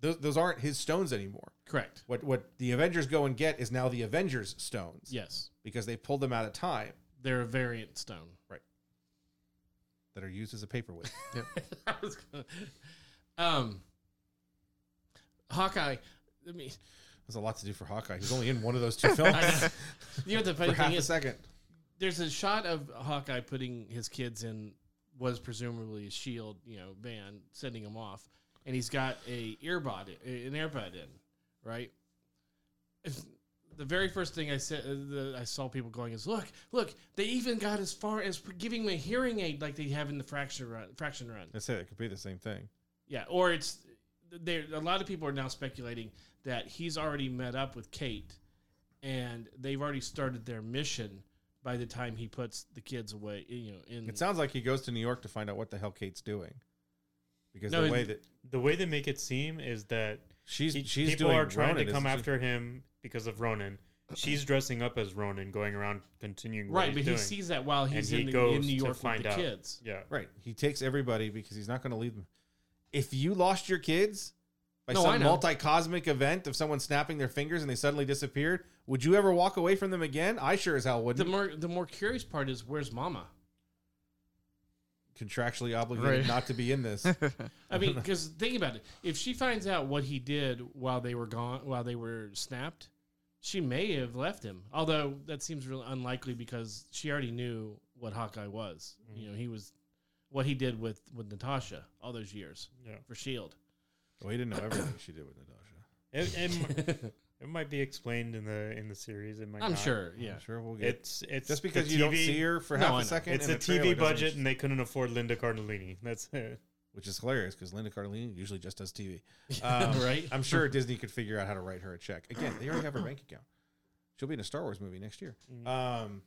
S2: those, those aren't his stones anymore.
S1: Correct.
S2: What, what the Avengers go and get is now the Avengers' stones
S1: Yes.
S2: because they pulled them out of time
S1: They're a variant stone.
S2: that are used as a paperweight.
S1: I was gonna- um, Hawkeye. I mean,
S2: There's a lot to do for Hawkeye. He was only in one of those two films
S1: you know what the
S2: for
S1: funny
S2: half
S1: thing
S2: a
S1: is?
S2: second.
S1: There's a shot of Hawkeye putting his kids in was presumably a shield, you know, van sending them off, and he's got a earbud, an earbud in, right? It's- the very first thing I said, uh, the, I saw people going is, "Look, look! They even got as far as giving him a hearing aid like they have in the fraction run." Fraction run.
S2: I say it could be the same thing.
S1: Yeah, or it's there. A lot of people are now speculating that he's already met up with Kate, and they've already started their mission by the time he puts the kids away. You know, in
S2: It sounds like he goes to New York to find out what the hell Kate's doing. because
S3: No,
S2: the
S3: it-
S2: way that
S3: The way they make it seem is that
S2: she's
S3: he-
S2: she's
S3: people
S2: doing
S3: are trying
S2: Ronin,
S3: to come
S2: isn't she?
S3: after him because of Ronan. She's dressing up as Ronan, going around continuing what
S1: Right,
S3: he's
S1: but he
S3: doing.
S1: sees that while he's
S3: he
S1: in, the, in
S3: goes
S1: New
S3: to
S1: York with
S3: find
S1: the
S3: out.
S1: kids.
S3: yeah,
S2: Right. He takes everybody because he's not going to leave them. If you lost your kids by
S1: No, I
S2: some
S1: know.
S2: multi-cosmic event of someone snapping their fingers and they suddenly disappeared, would you ever walk away from them again? I sure as hell
S1: The
S2: wouldn't.
S1: more the more curious part is where's Mama?
S2: Contractually obligated
S4: Right.
S2: not to be in this.
S1: I mean, because think about it. If she finds out what he did while they were gone, while they were snapped, she may have left him. Although that seems really unlikely because she already knew what Hawkeye was. You know,
S2: Mm-hmm.
S1: he was what he did with with Natasha all those years
S3: yeah.
S1: for Shield.
S2: well, Oh, he didn't know everything she did with Natasha.
S3: It, it, m- it might be explained in the in the series. It might.
S1: I'm
S3: not.
S1: sure. Yeah.
S2: I'm sure we'll get
S3: It's it's
S2: just
S3: the
S2: because you don't
S3: TV
S2: see her for
S1: No, I
S2: half
S1: know.
S2: a second.
S3: It's
S2: in
S3: a
S2: the trailer
S3: TV
S2: doesn't-
S3: budget, and they couldn't afford Linda Cardellini. That's it.
S2: which is hilarious because Linda Cardellini usually just does TV. Um,
S1: Right.
S2: I'm sure Disney could figure out how to write her a check. Again, they already have her bank account. She'll be in a Star Wars movie next year.
S3: Mm.
S2: Um,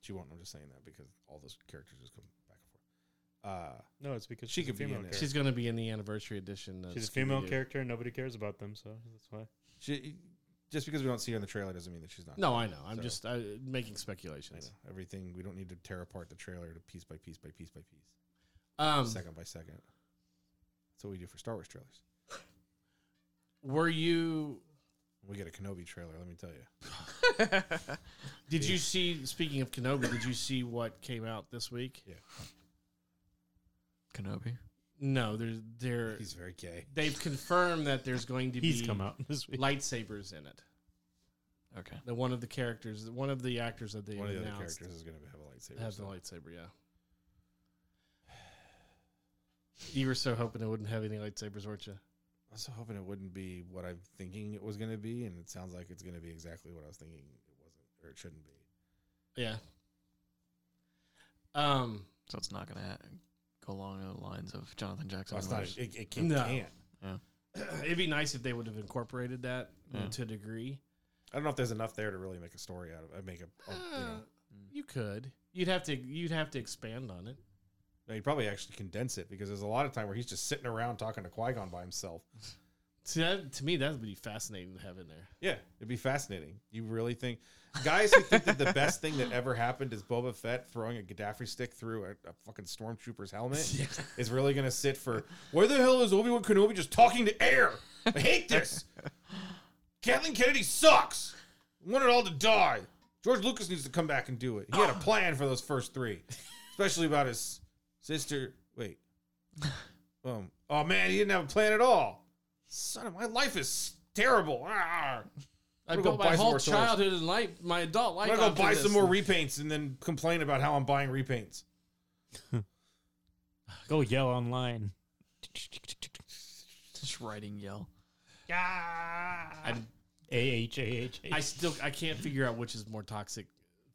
S2: she won't. I'm just saying that because all those characters just come back and forth. Uh,
S3: No, it's because
S2: She
S3: she's a
S2: could be
S3: female.
S2: in it.
S3: character.
S1: She's going to be in the anniversary edition. of
S3: She's a female
S1: Scooby-Doo.
S3: character, and nobody cares about them, so that's why.
S2: she just because we don't see her in the trailer doesn't mean that she's not.
S1: No, I know. I'm
S2: So-
S1: just uh, making
S2: I know.
S1: speculations.
S2: everything. We don't need to tear apart the trailer to piece by piece by piece by piece,
S1: Um,
S2: second by second. That's what we do for Star Wars trailers.
S1: were you?
S2: We get a Kenobi trailer. Let me tell you.
S1: Did you see? Speaking of Kenobi, did you see what came out this week?
S4: Kenobi.
S1: No, there's there.
S2: He's very gay.
S1: They've confirmed that there's going to
S3: He's
S1: be
S3: come out this week.
S1: lightsabers in it.
S4: Okay.
S1: The one of the characters, one of the actors that they
S2: One of the other
S1: announced
S2: characters is going to have a lightsaber.
S1: has
S2: so-
S1: the lightsaber. Yeah. You were so hoping it wouldn't have any lightsabers, weren't you?
S2: I was hoping it wouldn't be what I'm thinking it was going to be, and it sounds like it's going to be exactly what I was thinking it wasn't or it shouldn't be.
S1: Yeah. Um.
S4: So it's not gonna ha- go along the lines of Jonathan Jackson.
S2: Well, it's not.
S4: movies.
S2: It, it can't,
S1: No.
S2: can't.
S1: It'd be nice if they would have incorporated that
S4: Yeah.
S1: to a degree.
S2: I don't know if there's enough there to really make a story out of. it. Make a. a- you know,
S1: Uh, you could. You'd have to. You'd have to expand on it.
S2: no, you'd probably actually condense it because there's a lot of time where he's just sitting around talking to Qui Gon by himself.
S1: See, that, to me, that would be fascinating to have in there.
S2: Yeah, it'd be fascinating. You really think guys who think that the best thing that ever happened is Boba Fett throwing a Gaddafi stick through a, a fucking stormtrooper's helmet is really gonna sit for where the hell is Obi Wan Kenobi just talking to air? I hate this. Kathleen Kennedy sucks. Wanted all to die. George Lucas needs to come back and do it. He had a plan for those first three, especially about his sister. Wait, um, oh man, he didn't have a plan at all. Son of my life is terrible. Ah. Arr.
S1: I
S2: We'll
S1: built
S2: go
S1: my
S2: buy some
S1: whole
S2: more toys.
S1: childhood and life, my adult life.
S2: I'm gonna
S1: off
S2: go
S1: of
S2: buy
S1: this.
S2: some more repaints and then complain about how I'm buying repaints.
S3: Go yell online.
S4: Just writing yell.
S1: I, I still I can't figure out which is more toxic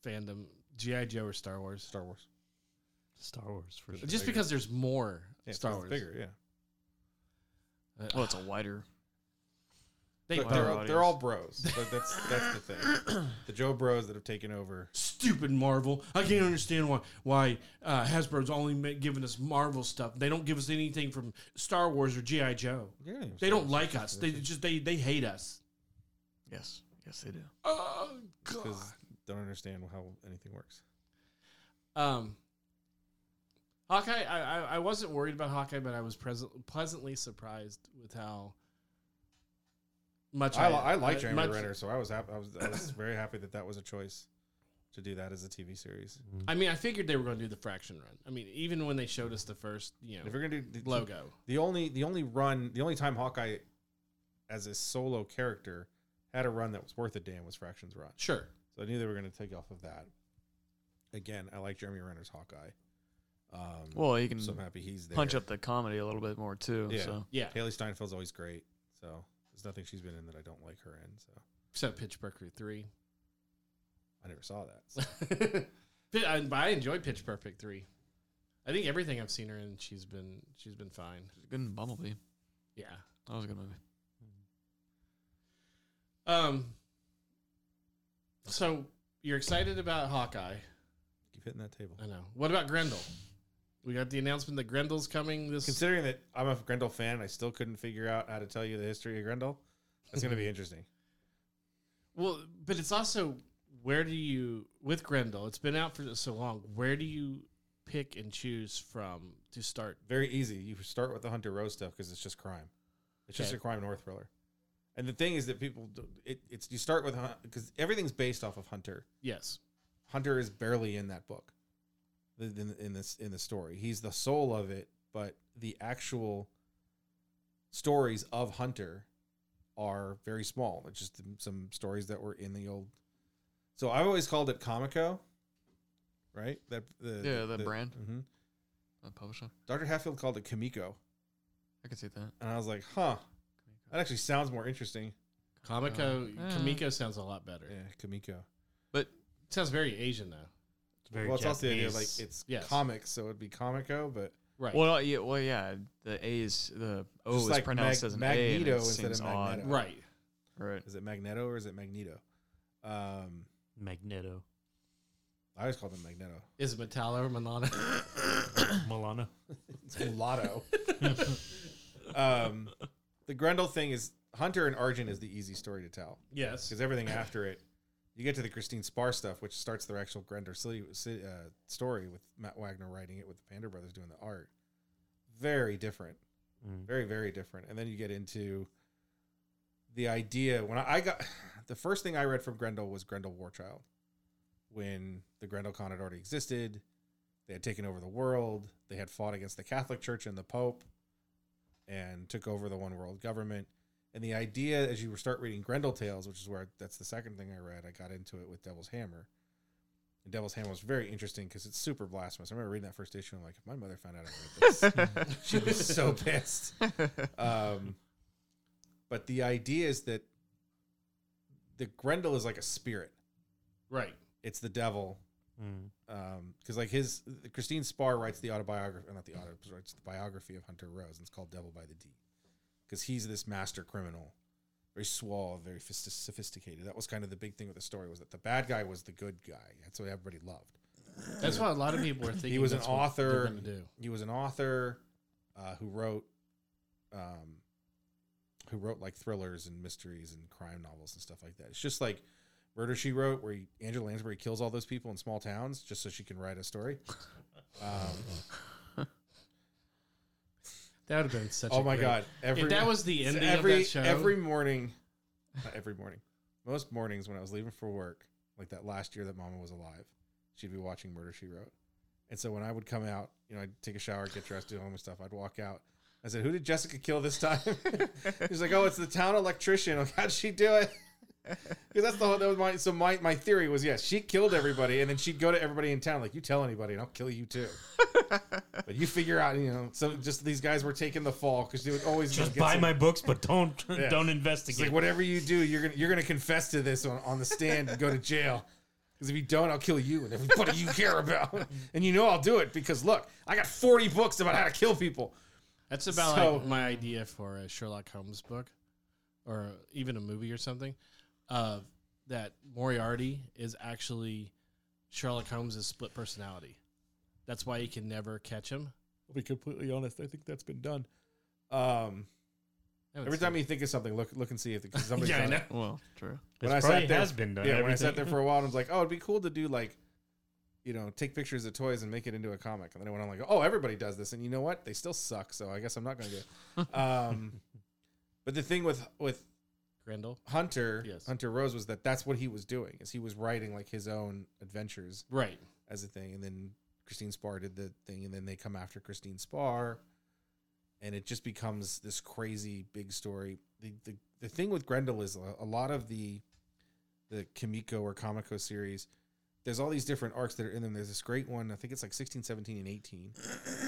S1: fandom: GI Joe or Star Wars.
S2: Star Wars.
S3: Star Wars for sure.
S1: Just because there's more
S2: Yeah,
S1: Star
S2: it's
S1: Wars.
S2: Bigger, yeah.
S1: Uh,
S4: Well, it's a wider.
S1: they
S2: But
S4: Wow.
S2: they're,
S1: are
S2: all, they're all bros. But that's that's the thing. The Joe Bros that have taken over.
S1: stupid Marvel. I can't understand why why uh, Hasbro's only ma- giving us Marvel stuff. They don't give us anything from Star Wars or GI Joe.
S2: Yeah,
S1: They don't like us. They just they they hate us.
S4: Yes. Yes, they do.
S1: Oh God.
S2: because don't understand how anything works.
S1: Um, Hawkeye, I, I, I wasn't worried about Hawkeye, but I was present, pleasantly surprised with how much uh,
S2: I, li- I like Jeremy
S1: much-
S2: Renner, so I was happy. I was, I was very happy that that was a choice to do that as a TV series.
S1: I mean, I figured they were going to do the fraction run. I mean, even when they showed us the first, you
S2: And if
S1: know,
S2: you're gonna do the,
S1: logo,
S2: the only the only run, the only time Hawkeye as a solo character had a run that was worth a damn was Fractions Run.
S1: sure.
S2: So I knew they were going to take off of that. Again, I like Jeremy Renner's Hawkeye. Um,
S4: Well, you can
S2: so I'm happy he's there.
S4: punch up the comedy a little bit more too.
S2: Yeah.
S4: So
S1: Yeah,
S2: Haley Steinfeld's always great. So there's nothing she's been in that I don't like her in. So
S1: except Pitch Perfect three.
S2: I never saw that. So.
S1: Pi- I, but I enjoy Pitch Perfect three. I think everything I've seen her in, she's been she's been fine.
S4: she's good in Bumblebee.
S1: Yeah.
S4: That was a good movie.
S1: Um. So you're excited about Hawkeye?
S2: Keep hitting that table.
S1: I know. What about Grendel? We got the announcement that Grendel's coming this
S2: Considering that I'm a Grendel fan, I still couldn't figure out how to tell you the history of Grendel. That's going to be interesting.
S1: Well, but it's also where do you with Grendel? It's been out for so long. Where do you pick and choose from to start?
S2: Very easy. You start with the Hunter Rose stuff because it's just crime. It's just
S1: Okay.
S2: a crime and horror thriller. And the thing is that people, do- it, it's you start with because everything's based off of Hunter.
S1: Yes,
S2: Hunter is barely in that book, the- in, in this in the story. He's the soul of it, but the actual stories of Hunter are very small. They're just some stories that were in the old. So I've always called it Comico, right? That the
S4: Yeah, that brand.
S2: hmm
S4: The publisher.
S2: Doctor Hatfield called it Kamiko,
S4: I can see that.
S2: and I was like, huh, that actually sounds more interesting.
S1: Kamiko
S4: Uh,
S2: eh.
S1: Kamiko sounds a lot better.
S2: Yeah, Kamiko.
S4: But
S1: It sounds very Asian though.
S3: very
S2: well, it's also the idea of, like
S3: Japanese.
S2: it's
S1: Yes.
S2: comics, so it'd be Comico, but
S1: Right.
S4: well, no, yeah, well, yeah. The A is the O
S2: Just
S4: is
S2: like
S4: pronounced
S2: Mag-
S4: as an
S2: Magneto
S4: A, and it
S2: instead of
S4: seems odd.
S2: Magneto.
S1: right.
S4: Right.
S2: is it Magneto or is it Magneto? Um,
S3: Magneto,
S2: I always called him Magneto.
S1: Is it Metallo or Milano?
S3: Milana.
S2: It's mulatto. um, the Grendel thing is Hunter and Arjun is the easy story to tell
S1: yes.
S2: because everything after it, you get to the Christine Spar stuff, which starts their actual Grendel city, ci- uh, story with Matt Wagner writing it with the Panda Brothers doing the art. Very different,
S3: Mm.
S2: very very different. And then you get into the idea when I, I got the first thing I read from Grendel was Grendel Warchild, when the Grendel Khan had already existed. They had taken over the world. They had fought against the Catholic Church and the Pope and took over the one world government. And the idea, as you start reading Grendel Tales, which is where that's the second thing I read, I got into it with Devil's Hammer. And Devil's Hammer was very interesting because it's super blasphemous. I remember reading that first issue. and I'm like, if my mother found out I read this, she was so pissed. Um, but the idea is that the Grendel is like a spirit.
S1: Right.
S2: It's the devil
S3: Mm.
S2: because like his Christine Spar writes the autobiography, not the auto, writes the biography of Hunter Rose, and it's called Devil by the D, because he's this master criminal, very suave, very phis- sophisticated. That was kind of the big thing with the story was that the bad guy was the good guy. That's what everybody loved.
S1: That's what a lot of people are thinking.
S2: He was an
S1: that's what they're
S2: author.
S1: gonna do.
S2: He was an author uh, who wrote, um, who wrote like thrillers and mysteries and crime novels and stuff like that. It's just like Murder She Wrote, where he, Angela Lansbury kills all those people in small towns just so she can write a story. Um,
S1: That would have been such.
S2: Oh
S1: a
S2: my
S1: great-
S2: god! Every
S1: If that was the
S2: so
S1: ending
S2: every
S1: of that show,
S2: every morning, not every morning, most mornings when I was leaving for work, like that last year that Mama was alive, she'd be watching Murder She Wrote, and so when I would come out, you know, I'd take a shower, get dressed, do all my stuff. I'd walk out. I said, "Who did Jessica kill this time?" She's like, "Oh, it's the town electrician." Like, how'd she do it? Because that's the whole. That was my so my my theory was yes, she killed everybody, and then she'd go to everybody in town like, "You tell anybody, and I'll kill you too." but you figure out, you know, so just these guys were taking the fall because they would always
S3: Just
S2: get
S3: buy
S2: some-
S3: my books, but don't
S2: Yeah.
S3: don't
S2: It's
S3: investigate.
S2: like whatever you do, you're gonna you're gonna confess to this on, on the stand and go to jail. Because if you don't, I'll kill you and everybody you care about. And you know I'll do it because look, I got 40 books about how to kill people.
S1: That's about
S2: So-
S1: like my idea for a Sherlock Holmes book, or even a movie or something. Uh, that Moriarty is actually Sherlock Holmes' split personality. That's why you can never catch him.
S2: I'll be completely honest. I think that's been done. Um, every time you think of something, look look and see if because somebody.
S1: Yeah, I
S2: done it.
S1: know.
S4: well, true.
S3: This
S2: when I
S3: probably
S2: sat there-
S3: has been done.
S2: Yeah, when I sat
S3: everything-
S2: there for a while, I was like, oh, it'd be cool to do like, you know, take pictures of toys and make it into a comic. And then I went on like, oh, everybody does this, and you know what? They still suck. So I guess I'm not going to do it. um, but the thing with with
S1: Grendel,
S2: Hunter,
S1: Yes.
S2: Hunter Rose was that that's what he was doing is he was writing like his own adventures
S1: right?
S2: as a thing, and then Christine Spar did the thing, and then they come after Christine Spar, and it just becomes this crazy big story. The the, the thing with Grendel is uh, a, a lot of the the Kimiko or Comico series. There's all these different arcs that are in them. There's this great one, I think it's like 16, 17, and 18,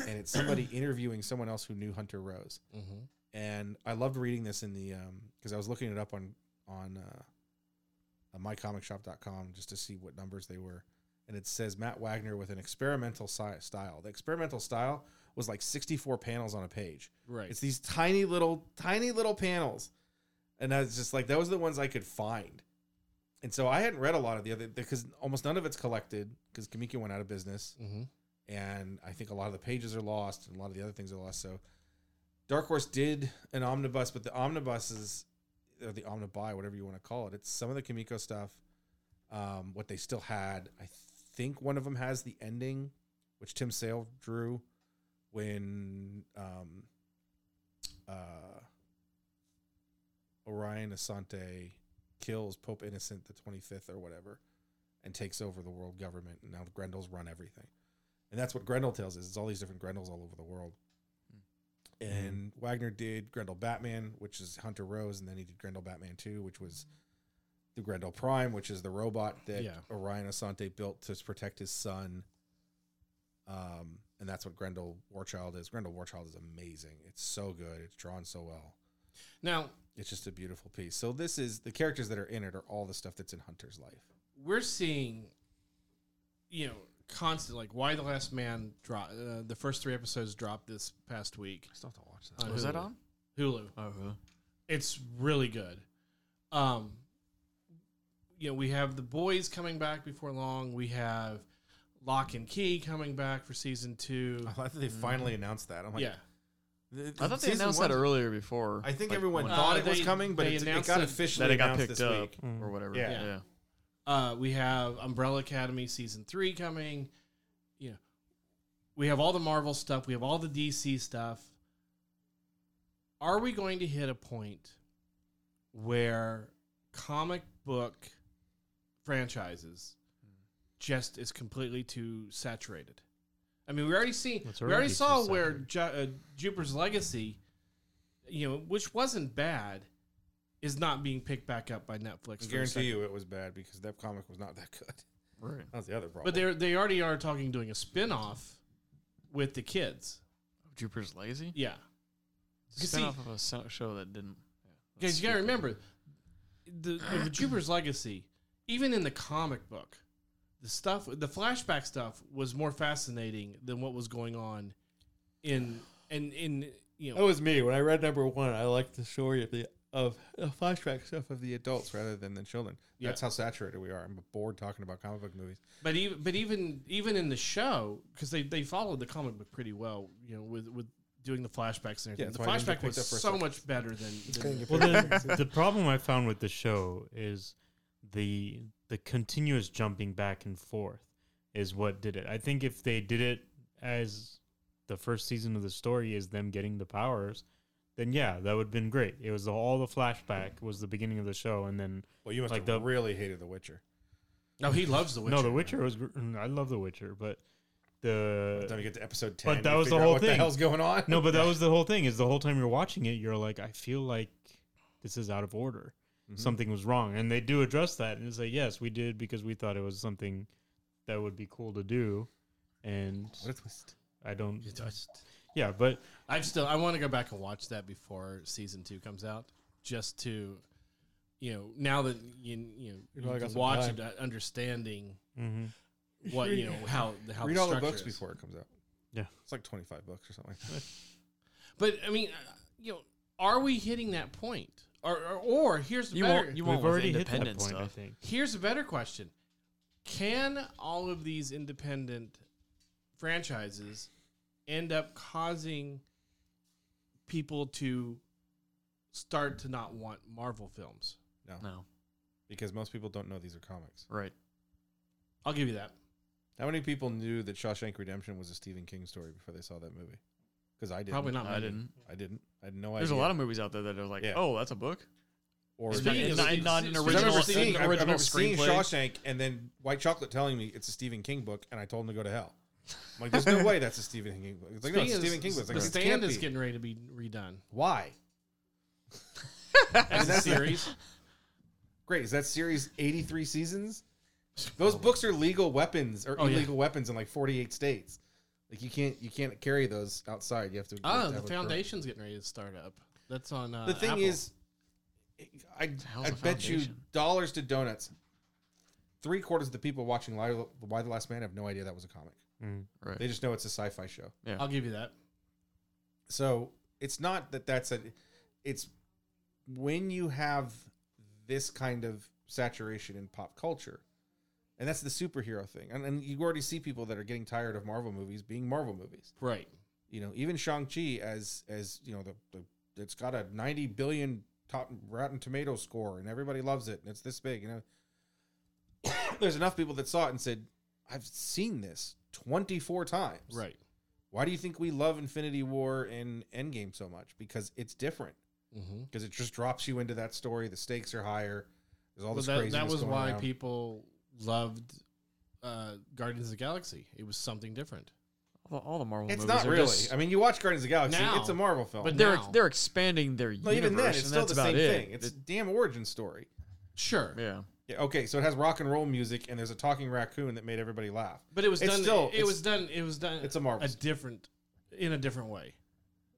S2: and it's somebody interviewing someone else who knew Hunter Rose
S1: Mm-hmm.
S2: and I loved reading this in the um because I was looking it up on on uh, uh, mycomicshop.com just to see what numbers they were, and it says Matt Wagner with an experimental sci- style. The experimental style was like 64 panels on a page.
S1: Right.
S2: It's these tiny little tiny little panels, and I was just like, those are the ones I could find. And so I hadn't read a lot of the other because almost none of it's collected because Kamiki went out of business
S1: mm-hmm.
S2: and I think a lot of the pages are lost and a lot of the other things are lost. So Dark Horse did an omnibus, but the omnibuses or the omnibuy, whatever you want to call it, it's some of the Kamiko stuff. Um, what they still had, I think one of them has the ending, which Tim Sale drew when um, uh, Orion Asante kills Pope Innocent the 25th or whatever and takes over the world government. And now the Grendels run everything. And that's what Grendel Tales is. It's all these different Grendels all over the world. And Wagner did Grendel Batman, which is Hunter Rose, and then he did Grendel Batman 2, which was the Grendel Prime, which is the robot that
S1: Yeah.
S2: Orion Asante built to protect his son. Um, and that's what Grendel Warchild is. Grendel Warchild is amazing. It's so good. It's drawn so well.
S1: Now,
S2: It's just a beautiful piece. So this is the characters that are in it are all the stuff that's in Hunter's life.
S1: we're seeing, you know, constant like why the last man drop uh, the first three episodes dropped this past week.
S2: I still have to watch that.
S1: on
S3: Oh,
S4: Was that
S1: Hulu.
S4: on?
S1: Hulu?
S4: Oh, really?
S1: It's really good. Um, you know, we have the boys coming back before long. We have Lock and Key coming back for season two.
S2: I thought they finally announced that. I'm like,
S1: yeah,
S4: I thought they announced that earlier before.
S2: I think
S4: like,
S2: everyone
S4: when-
S1: Uh,
S2: thought it was
S1: they-
S2: coming, but
S1: they
S2: it, it
S1: announced
S2: got
S1: it-
S2: officially
S4: that it got
S2: announced
S4: picked
S2: this
S4: up
S2: week.
S3: Mm.
S4: or whatever.
S2: Yeah.
S4: yeah.
S1: Uh, we have Umbrella Academy season three coming. You know, we have all the Marvel stuff. We have all the DC stuff. Are we going to hit a point where comic book franchises just is completely too saturated? I mean, we already see.
S3: It's
S1: we already
S3: already
S1: saw
S3: too
S1: where
S3: saturated.
S1: Ju- uh, Jupiter's Legacy, you know, which wasn't bad, is not being picked back up by Netflix. for
S2: I
S1: a
S2: guarantee
S1: second.
S2: you it was bad because that comic was not that good.
S4: Right.
S2: That was the other problem.
S1: But they are they already are talking doing a spin-off with the kids.
S4: Jupiter's Lazy?
S1: Yeah.
S4: It's a
S1: see-
S4: spin-off of a so- show that didn't. Yeah,
S1: Because you got to remember the, the Jupiter's Legacy, even in the comic book, the stuff the flashback stuff was more fascinating than what was going on in and in you know
S2: was me when I read number one. I liked the story of the of flashback stuff of the adults rather than the children.
S1: Yeah.
S2: That's how saturated we are. I'm bored talking about comic book movies.
S1: but even but even even in the show because they, they followed the comic book pretty well you know with with doing the flashbacks and everything
S2: Yeah, that's
S1: the
S2: why I didn't get
S1: flashback
S2: picked
S1: was
S2: up for a
S1: so
S2: second.
S1: much better than, than
S3: Well, the, the problem I found with the show is the the continuous jumping back and forth is what did it. I think if they did it as the first season of the story is them getting the powers, then yeah, that would have been great. It was all the flashback was the beginning of the show, and then
S2: Well, you must
S3: Like
S2: have
S3: the-
S2: really hated The Witcher.
S1: no he loves the Witcher
S3: no, The Witcher was. gr- I love The Witcher, but
S2: By the time
S3: the
S2: you get to episode ten,
S3: that
S2: you
S3: was the
S2: figure out
S3: whole
S2: what
S3: thing.
S2: the hell's going on?
S3: no, but that was the whole thing. Is the whole time you're watching it, you're like, I feel like this is out of order.
S2: Mhm.
S3: something was wrong. And they do address that and say, yes, we did because we thought it was something that would be cool to do. And
S2: What a twist.
S3: I don't. Yeah, but
S1: I've still I want to go back and watch that before season two comes out, just to you know now that you you, know, you
S2: probably got
S1: can
S2: some
S1: watch
S2: time.
S1: it, uh, understanding
S3: mhm.
S1: what you know how the- how
S2: Read
S1: the
S2: all the
S1: structure
S2: books
S1: is.
S2: before it comes out.
S3: Yeah.
S2: it's like twenty five books or something.
S1: But I mean, uh, you know, are we hitting that point? Or or, or here's the
S4: You
S1: better
S4: won't. You won't.
S3: we've
S4: with
S3: already hit that
S4: independent
S3: point, I
S4: stuff.
S3: think.
S1: here's a better question: Can all of these independent franchises end up causing people to start to not want Marvel films?
S4: No.
S2: because most people don't know these are comics.
S4: Right.
S1: I'll give you that.
S2: How many people knew that Shawshank Redemption was a Stephen King story before they saw that movie? Because I didn't.
S1: Probably not.
S4: I
S1: many.
S4: didn't.
S2: I didn't. I had no
S4: There's a
S2: idea.
S4: lot of movies out there that are like,
S2: Yeah.
S4: oh, that's a book.
S2: or
S4: It's
S1: Speaking
S4: not-
S1: of-
S4: not- not an
S1: speaking of-
S2: Because I
S4: original-
S2: remember
S4: an
S2: seeing, I
S4: original
S2: remember seeing
S4: screenplay.
S2: Shawshank and then White Chocolate telling me it's a Stephen King book, and I told him to go to hell. I'm like, there's no way that's a Stephen King book. It's like, no,
S1: Speaking
S2: it's
S1: of
S2: Stephen King
S1: s-
S2: book. It's
S1: the
S2: like, it can't
S1: stand is
S2: be.
S1: getting ready to be redone
S2: Why?
S1: as a
S2: that's not-
S1: series.
S2: Great. Is that series 83 seasons? Those books are legal weapons or
S1: Oh, yeah.
S2: illegal weapons in like 48 states. Like you can't you can't carry those outside. You have to. you have
S1: oh,
S2: to
S1: the
S2: have a permit.
S1: foundation's getting ready to start up. That's on. Uh,
S2: the thing
S1: Apple.
S2: is, I,
S4: hell's
S2: I
S4: a
S2: bet you
S4: foundation?
S2: dollars to donuts. Three quarters of the people watching Why, Why the Last Man have no idea that was a comic.
S3: Mm.
S4: Right.
S2: They just know it's a sci-fi show.
S1: I'll give you that.
S2: So it's not that that's a. It's when you have this kind of saturation in pop culture, and that's the superhero thing. And, and you already see people that are getting tired of Marvel movies being Marvel movies.
S1: Right.
S2: You know, even Shang Chi as as you know the, the it's got a ninety billion top Rotten Tomato score, and everybody loves it, and it's this big. You know, there's enough people that saw it and said, "I've seen this twenty four times."
S1: Right.
S2: Why do you think we love Infinity War and Endgame so much? Because it's different.
S1: Mm-hmm.
S2: Because it just drops you into that story. The stakes are higher. There's all
S1: But
S2: this
S1: that,
S2: craziness.
S1: that was
S2: going
S1: why
S2: around.
S1: people loved uh, Guardians of the Galaxy. It was something different.
S4: All the, all the Marvel
S2: It's
S4: movies.
S2: not
S4: are
S2: really.
S4: just-
S2: I mean, you watch Guardians of the Galaxy.
S1: Now,
S2: it's a Marvel film.
S1: but
S4: they're
S1: now-
S4: they're expanding their
S2: no,
S4: universe,
S2: even then, it's
S4: and
S2: still
S4: that's
S2: the
S4: about
S2: same
S4: it.
S2: thing. It's a damn origin story.
S1: Sure.
S4: yeah.
S2: Yeah, okay, so it has rock and roll music, and there's a talking raccoon that made everybody laugh.
S1: But it was
S2: It's
S1: done.
S2: still-
S1: it
S2: it's-
S1: was done. It was done.
S2: It's a Marvel
S1: A
S2: story.
S1: different, in a different way.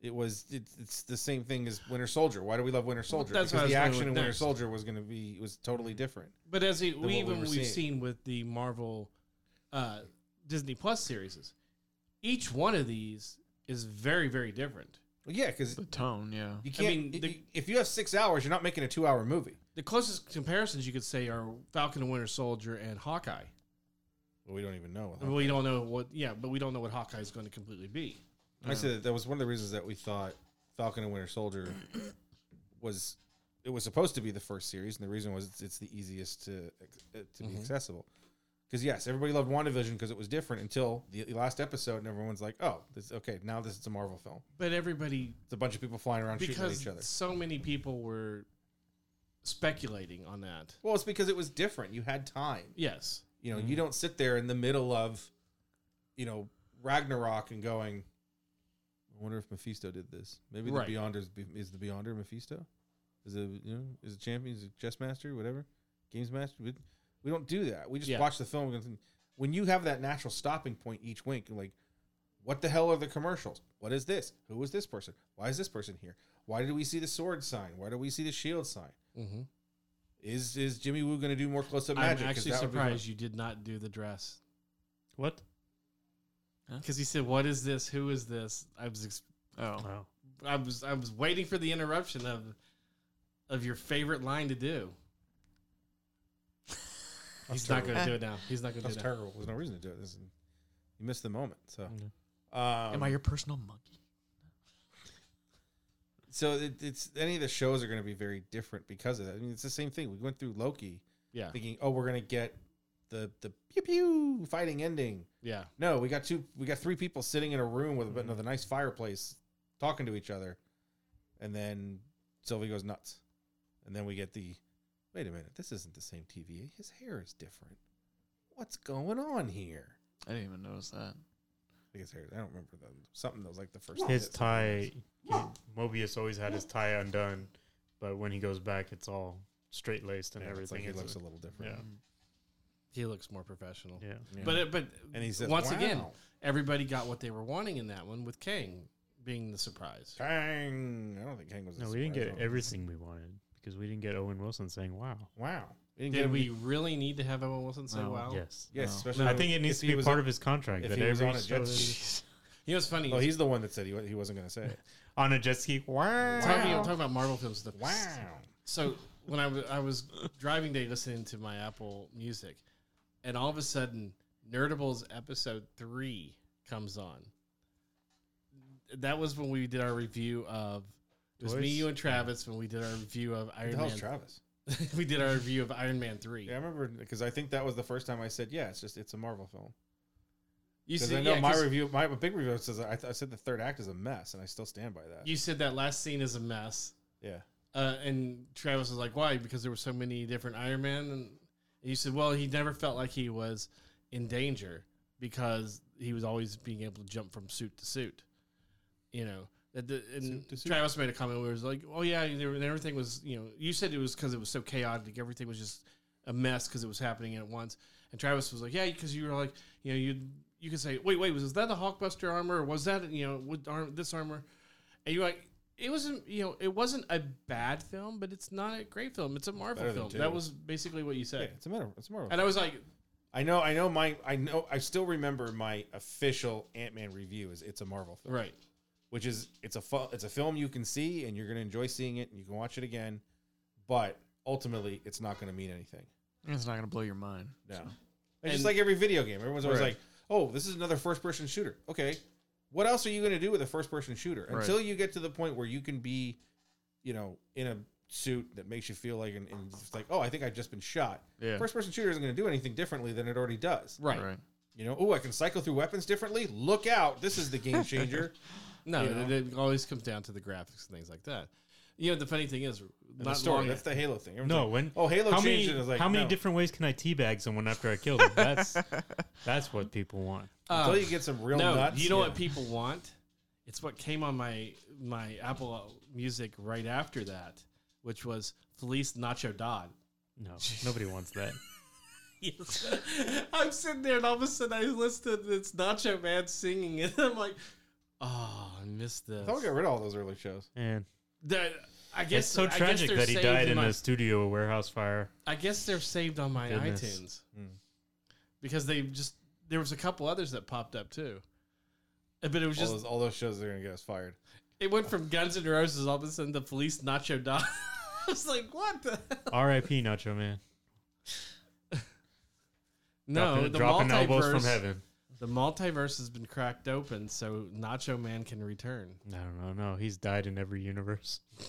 S2: It was it's, it's the same thing as Winter Soldier. Why do we love Winter Soldier?
S1: that's what I
S2: because
S1: was
S2: the
S1: going
S2: action
S1: with Mm.
S2: in Winter
S1: next.
S2: Soldier was going to be was totally different.
S1: But as it, we,
S2: what we
S1: even
S2: were
S1: we've
S2: seeing.
S1: seen with the Marvel, uh, Disney Plus series, each one of these is very very different.
S2: Well, yeah, because
S4: The tone, yeah.
S2: you can't.
S1: mean,
S2: i-
S1: the-
S2: i- if you have six hours, you're not making a two hour movie.
S1: The closest comparisons you could say are Falcon and Winter Soldier and Hawkeye.
S2: Well, we don't even know.
S1: And We don't know what, yeah, but we don't know what Hawkeye is going to completely be.
S2: I said that, that was one of the reasons that we thought Falcon and Winter Soldier was it was supposed to be the first series, and the reason was it's, it's the easiest to uh, to be accessible. Because yes, everybody loved WandaVision because it was different until the the last episode, and everyone's like, "Oh, this okay, now this is a Marvel film.
S1: But everybody,
S2: It's a bunch of people flying around shooting at
S1: because
S2: each other."
S1: so many people were speculating on that.
S2: Well, it's because it was different. You had time.
S1: Yes,
S2: You know,
S1: Mm-hmm.
S2: you don't sit there in the middle of, you know, Ragnarok and going, I wonder if Mephisto did this. Maybe
S1: Right.
S2: the Beyonder is, be- is the Beyonder Mephisto? Is it, you know, is it champion? Is it chess master? Whatever. Games master? We, we don't do that. We just
S1: Yeah.
S2: watch the film. and think- When you have that natural stopping point each week, you're like, what the hell are the commercials? What is this? Who is this person? Why is this person here? Why did we see the sword sign? Why do we see the shield sign?
S1: mm-hmm.
S2: Is is Jimmy Woo going to do more close up
S1: I'm
S2: magic? 'Cause
S1: actually
S2: that would be fun.
S1: surprised you did not do the dress
S3: What?
S1: because he said, "What is this? Who is this?" I was, ex-
S4: Oh,
S3: Wow.
S1: I was, I was waiting for the interruption of, of your favorite line to do. He's not going to do it now. He's not going to
S2: That's
S1: do it. now.
S2: terrible. There's no reason to do it. This is, you missed the moment. So,
S3: Mhm.
S2: um,
S4: am I your personal monkey?
S2: so it, it's any of the shows are going to be very different because of that. I mean, it's the same thing. We went through Loki,
S1: Yeah.
S2: thinking, oh, we're going to get the the pew pew fighting ending.
S1: Yeah,
S2: No, we got two. We got three people sitting in a room with, with a nice fireplace, talking to each other, and then Sylvie goes nuts, and then we get the wait a minute, this isn't the same TVA. His hair is different. What's going on here?
S4: I didn't even notice that.
S2: I think his hair. I don't remember the something that was like the first.
S3: His
S2: hit.
S3: tie. Mobius always had his tie undone, but when he goes back, it's all straight laced and
S2: Yeah, it's
S3: everything.
S2: like he
S3: It's
S2: looks
S3: a-
S2: a little different.
S3: yeah.
S1: he looks more professional.
S3: Yeah.
S2: Yeah.
S1: But it, but
S2: and he says,
S1: once
S2: "Wow,
S1: again, everybody got what they were wanting in that one with Kang being the surprise.
S2: Kang. I don't think Kang was. a
S3: No, we didn't
S2: surprise
S3: get
S2: on
S3: everything we wanted because we didn't get Owen Wilson saying, wow.
S2: that. Wow, we didn't
S1: Did
S2: get
S1: we
S2: him-
S1: really need to have Owen Wilson say
S4: No.
S1: wow?
S3: Yes.
S2: Yes,
S4: No.
S2: especially
S3: I think
S2: Oh,
S3: it
S2: if
S3: needs to
S2: he
S3: be
S2: was
S3: part
S2: on-
S3: of his contract
S2: if
S3: that
S2: he was
S3: every
S2: on a
S3: show
S2: jet
S3: that he-
S2: ski.
S1: You know what's funny?
S2: Well,
S1: is-
S2: Oh, he's the one that said he, wa- he wasn't going to say it.
S3: on a jet ski. Wow.
S1: talking, talking about Marvel films. The,
S2: Wow.
S1: So when I wa- I was driving today listening to my Apple Music, and all of a sudden Nerdables episode three comes on. That was when we did our review of. It was me,
S3: Toys?
S1: you, and Travis when we did our review of
S2: Who the
S1: Iron
S2: hell's
S1: Man.
S2: Travis?
S1: we did our review of Iron Man three.
S2: Yeah, I remember because I think that was the first time I said, "Yeah, it's just it's a Marvel film."
S1: You
S2: Because
S1: said,
S2: I know
S1: yeah,
S2: my
S1: 'cause
S2: review, my big review says I, I said the third act is a mess, and I still stand by that.
S1: you said that last scene is a mess.
S2: yeah,
S1: Uh, and Travis was like, "Why?" Because there were so many different Iron Man, and you said, "Well, he never felt like he was in danger because he was always being able to jump from suit to suit." You know, that the, and
S2: Suit to suit.
S1: Travis made a comment where it was like, "Oh yeah, there, and everything was you know." You said it was because it was so chaotic, everything was just a mess because it was happening at once. And Travis was like, "Yeah," because you were like, you know, you you could say, "Wait, wait, was that the Hawkbuster armor? Or was that you know, with arm, this armor?" And you're like, it wasn't you know, it wasn't a bad film, but it's not a great film. It's a Marvel
S2: better than
S1: film.
S2: two.
S1: That was basically what you
S2: yeah,
S1: said.
S2: it's a Marvel. It's a Marvel.
S1: And I was like,
S2: I know, I know. My, I know. I still remember my official Ant Man review is it's a Marvel film,
S1: right,
S2: which is it's a fu- it's a film you can see and you're going to enjoy seeing it and you can watch it again, but ultimately it's not going to mean anything.
S4: It's not gonna blow your mind.
S2: No, It's
S1: And-
S2: just like every video game. Everyone's always
S4: Right.
S2: like, "Oh, this is another first-person shooter." Okay, what else are you going to do with a first-person shooter
S4: Right.
S2: until you get to the point where you can be, you know, in a suit that makes you feel like, and, and it's like, "Oh, I think I've just been shot."
S4: Yeah.
S2: First-person shooter isn't going to do anything differently than it already does.
S1: Right.
S4: Right.
S2: You know, oh, I can cycle through weapons differently. Look out! This is the game changer.
S1: No,
S2: You know?
S1: it, it always comes down to the graphics and things like that. You know, the funny thing is,
S2: And the
S1: not
S2: story.
S1: long-
S2: That's the Halo thing. Everyone's
S3: No,
S2: like,
S3: when
S2: oh, Halo
S3: how
S2: changed it.
S3: many
S2: I was like,
S3: how many
S2: no.
S3: different ways can I teabag someone after I kill them? That's that's what people want.
S1: Um,
S2: until you get some real
S1: no,
S2: nuts.
S1: you know
S2: yeah.
S1: what people want? It's what came on my my Apple Music right after that, which was Felice Nacho Dodd.
S3: No, nobody wants that.
S1: Yes. I'm sitting there, and all of a sudden I listen to this Nacho Man singing, and I'm like, "Oh, I missed this."
S2: I thought we got rid of all those early shows.
S3: And
S1: That- I guess
S3: it's so
S1: I guess
S3: tragic
S1: they're
S3: that he
S1: saved
S3: died in
S1: my,
S3: a studio warehouse fire.
S1: I guess they're saved on my
S3: Goodness.
S1: iTunes
S4: Hmm.
S2: Mm.
S1: because they just there was a couple others that popped up too, Uh, but it was
S2: All
S1: just
S2: those, all those shows are going to get us fired.
S1: it went from Guns N' Roses all of a sudden to Police Nacho Dog. I was like, what the? hell?
S3: R.I.P. Nacho Man.
S1: No,
S3: dropping,
S1: the
S3: dropping
S1: multiverse.
S3: elbows from heaven.
S1: The multiverse has been cracked open, so Nacho Man can return.
S3: I don't know. No, he's died in every universe, but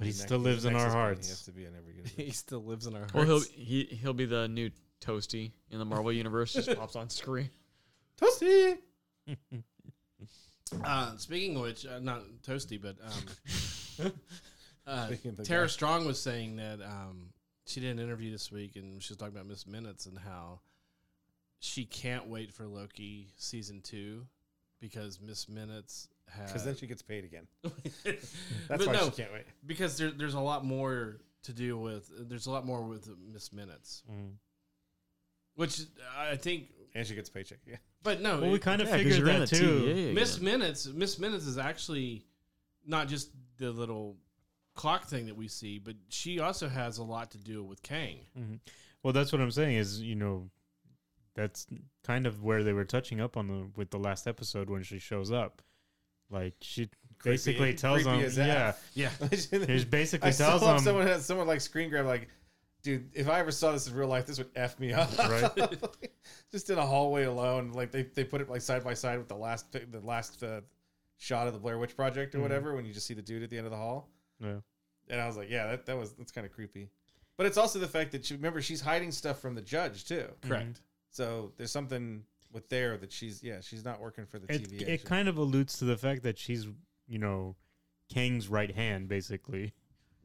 S3: he
S2: Nex-
S3: still lives in our
S2: Nexus Prime, He has
S3: hearts.
S2: to be in every universe.
S1: he still lives in our hearts.
S4: Well, he'll he he'll be the new Toasty in the Marvel universe. Just pops on screen.
S2: Toasty.
S1: Uh, speaking of which, uh, not toasty, but um, uh,
S2: Speaking of the
S1: Tara
S2: guy.
S1: Strong was saying that um, she did an interview this week, and she was talking about Miss Minutes and how she can't wait for Loki season two because Miss Minutes
S2: Because
S1: has.
S2: then she gets paid again. That's
S1: That's
S2: why
S1: no,
S2: she can't wait.
S1: because there, there's a lot more to do with. There's a lot more with Miss Minutes,
S3: Mm.
S1: which I think.
S2: And she gets a paycheck. Yeah.
S1: But no,
S3: Well, we
S1: it-
S3: kind of
S4: Yeah, 'cause
S3: figured
S4: you're in
S3: that
S4: the
S3: too.
S4: TVA
S1: Miss
S4: again.
S1: Minutes, Miss Minutes is actually not just the little clock thing that we see, but she also has a lot to do with Kang.
S3: Mm-hmm. Well, that's what I'm saying is, you know, that's kind of where they were touching up on the with the last episode when she shows up. Like she basically
S2: Creepy-
S3: tells
S2: creepy
S3: them,
S2: as
S3: yeah,
S2: F.
S1: Yeah.
S3: she
S2: I
S3: basically
S2: still
S3: tells
S2: hope
S3: them,
S2: someone has someone like screen grab like, dude, if I ever saw this in real life, this would f me up.
S3: Right.
S2: Just in a hallway alone, like they, they put it like side by side with the last pic- the last uh, shot of the Blair Witch Project or
S3: Mhm.
S2: whatever when you just see the dude at the end of the hall.
S3: Yeah.
S2: And I was like, yeah, that, that was that's kind of creepy. But it's also the fact that she remember she's hiding stuff from the judge too.
S1: Correct.
S3: Mm-hmm.
S2: So there's something with there that she's yeah she's not working for the
S3: It,
S2: TV.
S3: it kind of alludes to the fact that she's, you know, Kang's right hand, basically,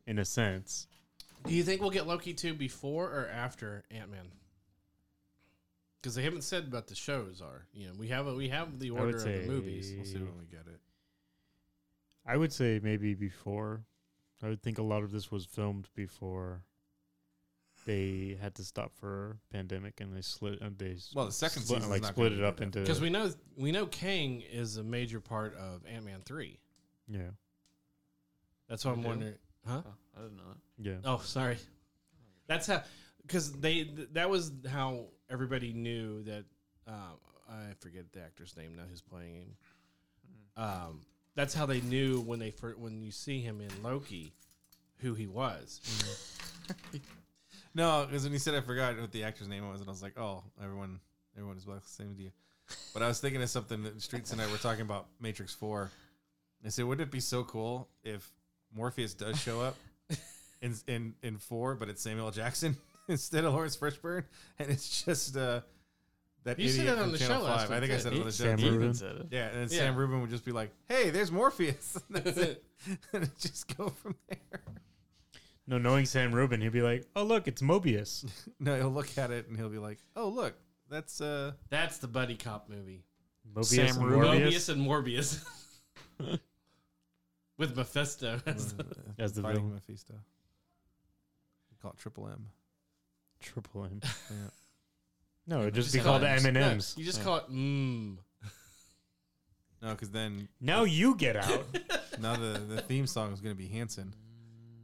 S3: in a sense.
S1: Do you think we'll get Loki 2 before or after Ant Man? Because they haven't said what the shows are. You know, we have a, we have the
S3: would
S1: order of the
S3: say-
S1: movies.
S3: We'll see when
S1: we get it.
S3: I would say maybe before. I would think a lot of this was filmed before they had to stop for pandemic and they slit and they s-
S2: well, the second
S3: split,
S2: season
S3: like split it up into
S1: Because we know we know Kang is a major part of Ant Man three.
S3: yeah
S1: That's why I'm
S4: We do?
S1: wondering. Huh?
S4: Oh, I didn't know that.
S3: yeah
S2: Uh,
S1: Oh, sorry. That's how, because they th- that was how everybody knew that. Um, I forget the actor's name now who's playing him. Um, that's how they knew when they fir- when you see him in Loki, who he was.
S2: No, because when you said I forgot what the actor's name was, and I was like, oh, everyone, everyone is black, same as you. But I was thinking of something that Streets and I were talking about Matrix Four. I said, wouldn't it be so cool if Morpheus does show up in in in four, but it's Samuel L. Jackson instead of Lawrence Fishburne, and it's just uh, that
S1: You
S2: idiot
S1: said that
S2: from
S1: on the
S2: Channel
S1: show last
S2: Five. I
S1: time,
S2: think I
S1: too.
S2: said it on the show.
S3: Sam
S4: He
S3: Rubin.
S4: even said it.
S2: Yeah, and then
S1: Yeah.
S2: Sam Rubin would just be like, "Hey, there's Morpheus," and, that's it. and just go from there.
S3: No, knowing Sam Rubin, he'd be like, "Oh look, it's Mobius."
S2: No, he'll look at it and he'll be like, "Oh, look, that's uh."
S1: That's the buddy cop movie.
S3: Mobius
S4: Sam
S3: and
S4: Rubin.
S3: Morbius
S1: Mobius and Morbius. With Mephisto, as the-
S3: As the
S2: uh, fighting
S3: villain.
S2: Mephisto. We call it Triple M.
S3: triple M.
S2: Yeah.
S3: No, it'd just be
S1: Just call
S3: called
S1: it-
S3: M and
S1: no,
S3: M's.
S1: you just
S2: Yeah.
S1: call it mmm.
S2: No, because then
S3: Now you get out.
S2: now the, the theme song is going to be Hanson.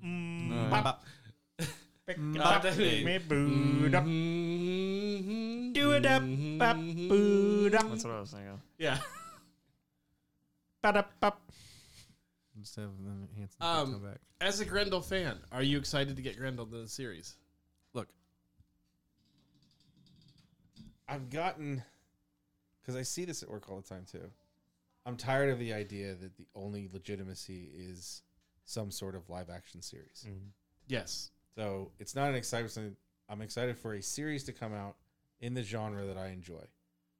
S2: Mm.
S3: Mm,
S4: No.
S2: Bop.
S1: up me Mm.
S3: Do
S1: Mm-hmm.
S3: it up, up, boot up,
S4: That's what I was thinking.
S1: Yeah.
S3: ba up, up.
S2: Just have them Hanson
S1: Um,
S2: come back.
S1: As a Grendel fan, are you excited to get Grendel in the series?
S2: Look, I've gotten because I see this at work all the time too. I'm tired of the idea that the only legitimacy is some sort of live action series.
S1: Yes.
S2: So it's not an excitement. I'm excited for a series to come out in the genre that I enjoy,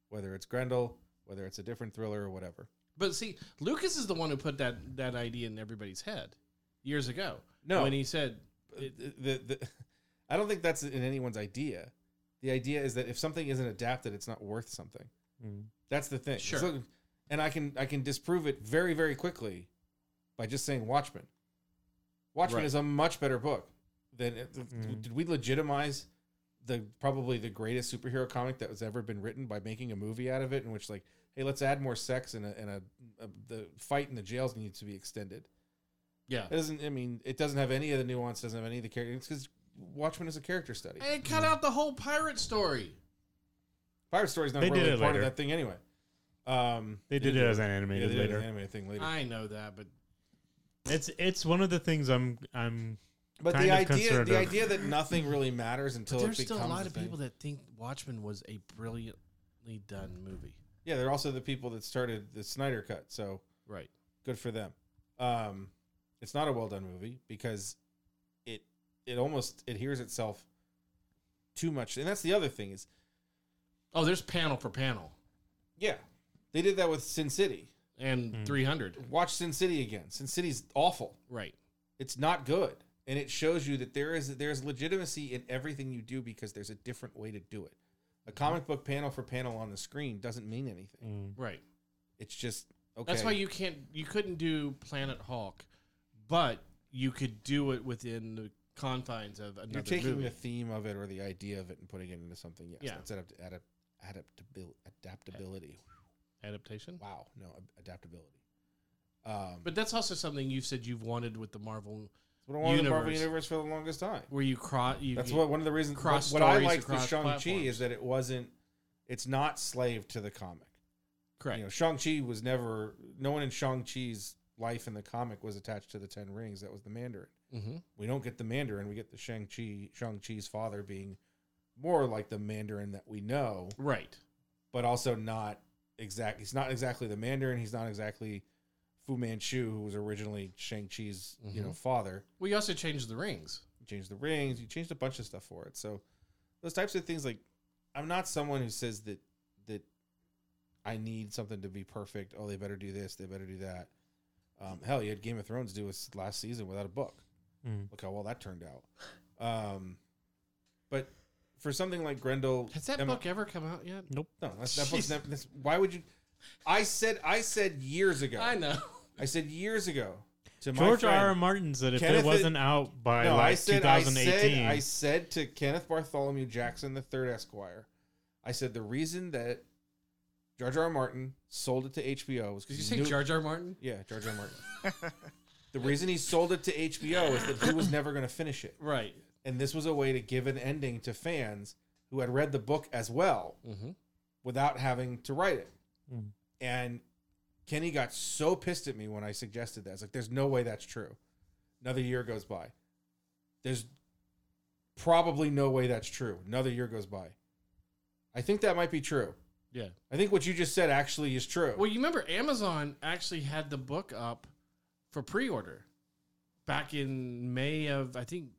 S2: whether it's Grendel, whether it's a different thriller or whatever.
S1: But see, Lucas is the one who put that that idea in everybody's head years ago.
S2: No.
S1: when he said
S2: the, the, I don't think that's in anyone's idea. The idea is that if something isn't adapted, it's not worth something.
S3: Mm.
S2: That's the thing.
S1: Sure.
S2: So- and I can I can disprove it very very quickly by just saying Watchmen. Watchmen
S1: Right.
S2: is a much better book than uh,
S3: Mm-hmm.
S2: did we legitimize the probably the greatest superhero comic that was ever been written by making a movie out of it in which like hey let's add more sex and a, and a, a the fight in the jails needs to be extended.
S1: Yeah.
S2: It doesn't I mean it doesn't have any of the nuance doesn't have any of the characters because Watchmen is a character study.
S1: I cut out the whole pirate story.
S2: Pirate Story's not
S3: They did
S2: really
S3: it
S2: part of
S3: later.
S2: that thing anyway. Um,
S3: They did it as an
S2: yeah,
S3: animated
S2: they did
S3: later.
S2: an animated thing later.
S1: I know that, but
S3: It's it's one of the things I'm I'm
S2: But
S3: kind
S2: the
S3: of
S2: idea,
S3: concerned
S2: the
S3: of-
S2: idea that nothing really matters until
S1: there's
S2: it becomes
S1: still a lot
S2: the
S1: of
S2: thing.
S1: people that think Watchmen was a brilliantly done movie.
S2: Yeah, they're also the people that started the Snyder Cut. So
S1: Right.
S2: good for them. Um, it's not a well done movie because it it almost adheres itself too much, and that's the other thing is
S1: Oh, there's panel for panel
S2: yeah, they did that with Sin City.
S1: and
S2: Hmm.
S3: Mm.
S1: 300.
S2: Watch Sin City again. Sin City's awful.
S1: Right.
S2: It's not good, and it shows you that there is there's legitimacy in everything you do because there's a different way to do it. A
S1: Mm-hmm.
S2: comic book panel for panel on the screen doesn't mean anything.
S3: mm,
S1: Right.
S2: It's just okay.
S1: That's why you can't you couldn't do Planet Hawk, but you could do it within the confines of another
S2: are taking
S1: movie.
S2: the theme of it or the idea of it and putting it into something. Yes,
S1: Yeah.
S2: that's adapt, adapt, adaptabil- adaptability.
S1: adaptation.
S2: Wow, no ab- adaptability. Um, but
S1: But that's also something you've said you've wanted with the Marvel
S2: what I wanted in the Marvel
S1: universe.
S2: universe for the longest time.
S1: where you cross you
S2: That's
S1: you-
S2: what one of the reasons.
S1: cross
S2: what, what I
S1: stories
S2: liked with
S1: across
S2: Shang Chi
S1: platforms.
S2: is that it wasn't. It's not slave to the comic.
S1: correct.
S2: You know, Shang Chi was never. No one in Shang Chi's life in the comic was attached to the Ten Rings. That was the Mandarin.
S1: mm-hmm.
S2: we don't get the Mandarin. We get the Shang Chi, Shang Chi's father being more like the Mandarin that we know,
S1: Right.
S2: but also not exact. He's not exactly the Mandarin. He's not exactly Fu Manchu, who was originally Shang Chi's you know father.
S1: Well, you also changed the rings.
S2: You changed the rings. You changed a bunch of stuff for it. So those types of things, like I'm not someone who says that that I need something to be perfect. Oh, they better do this. They better do that. Um, hell, you had Game of Thrones do this last season without a book
S3: mm.
S2: look how well that turned out. Um, but for something like Grendel,
S1: Has that
S2: Emma-
S1: book ever come out yet?
S2: No, that's, that book's never. That's, why would you? I said I said years ago.
S1: I
S2: I,
S1: know.
S2: said years ago to my
S3: George
S2: friend-
S3: R. R. Martin said if
S2: Kenneth-
S3: it wasn't out by
S2: No,
S3: like
S2: I said I
S3: 2018,
S2: said I said to Kenneth Bartholomew Jackson the Third Esquire. I said the reason that George R. R. Martin sold it to HBO was
S1: Did
S2: because
S1: you say
S2: knew,
S1: Jar Jar Martin?
S2: Yeah, George R. R. Martin. the reason he sold it to HBO is that he was never going to finish it.
S1: Right.
S2: and this was a way to give an ending to fans who had read the book as well
S1: Mm-hmm.
S2: without having to write it.
S3: Mm.
S2: And Kenny got so pissed at me when I suggested that. It's like, there's no way that's true. Another year goes by. There's probably no way that's true. Another year goes by. I think that might be true.
S1: Yeah.
S2: I think what you just said actually is true.
S1: Well, you remember Amazon actually had the book up for pre-order back in May of I think
S2: you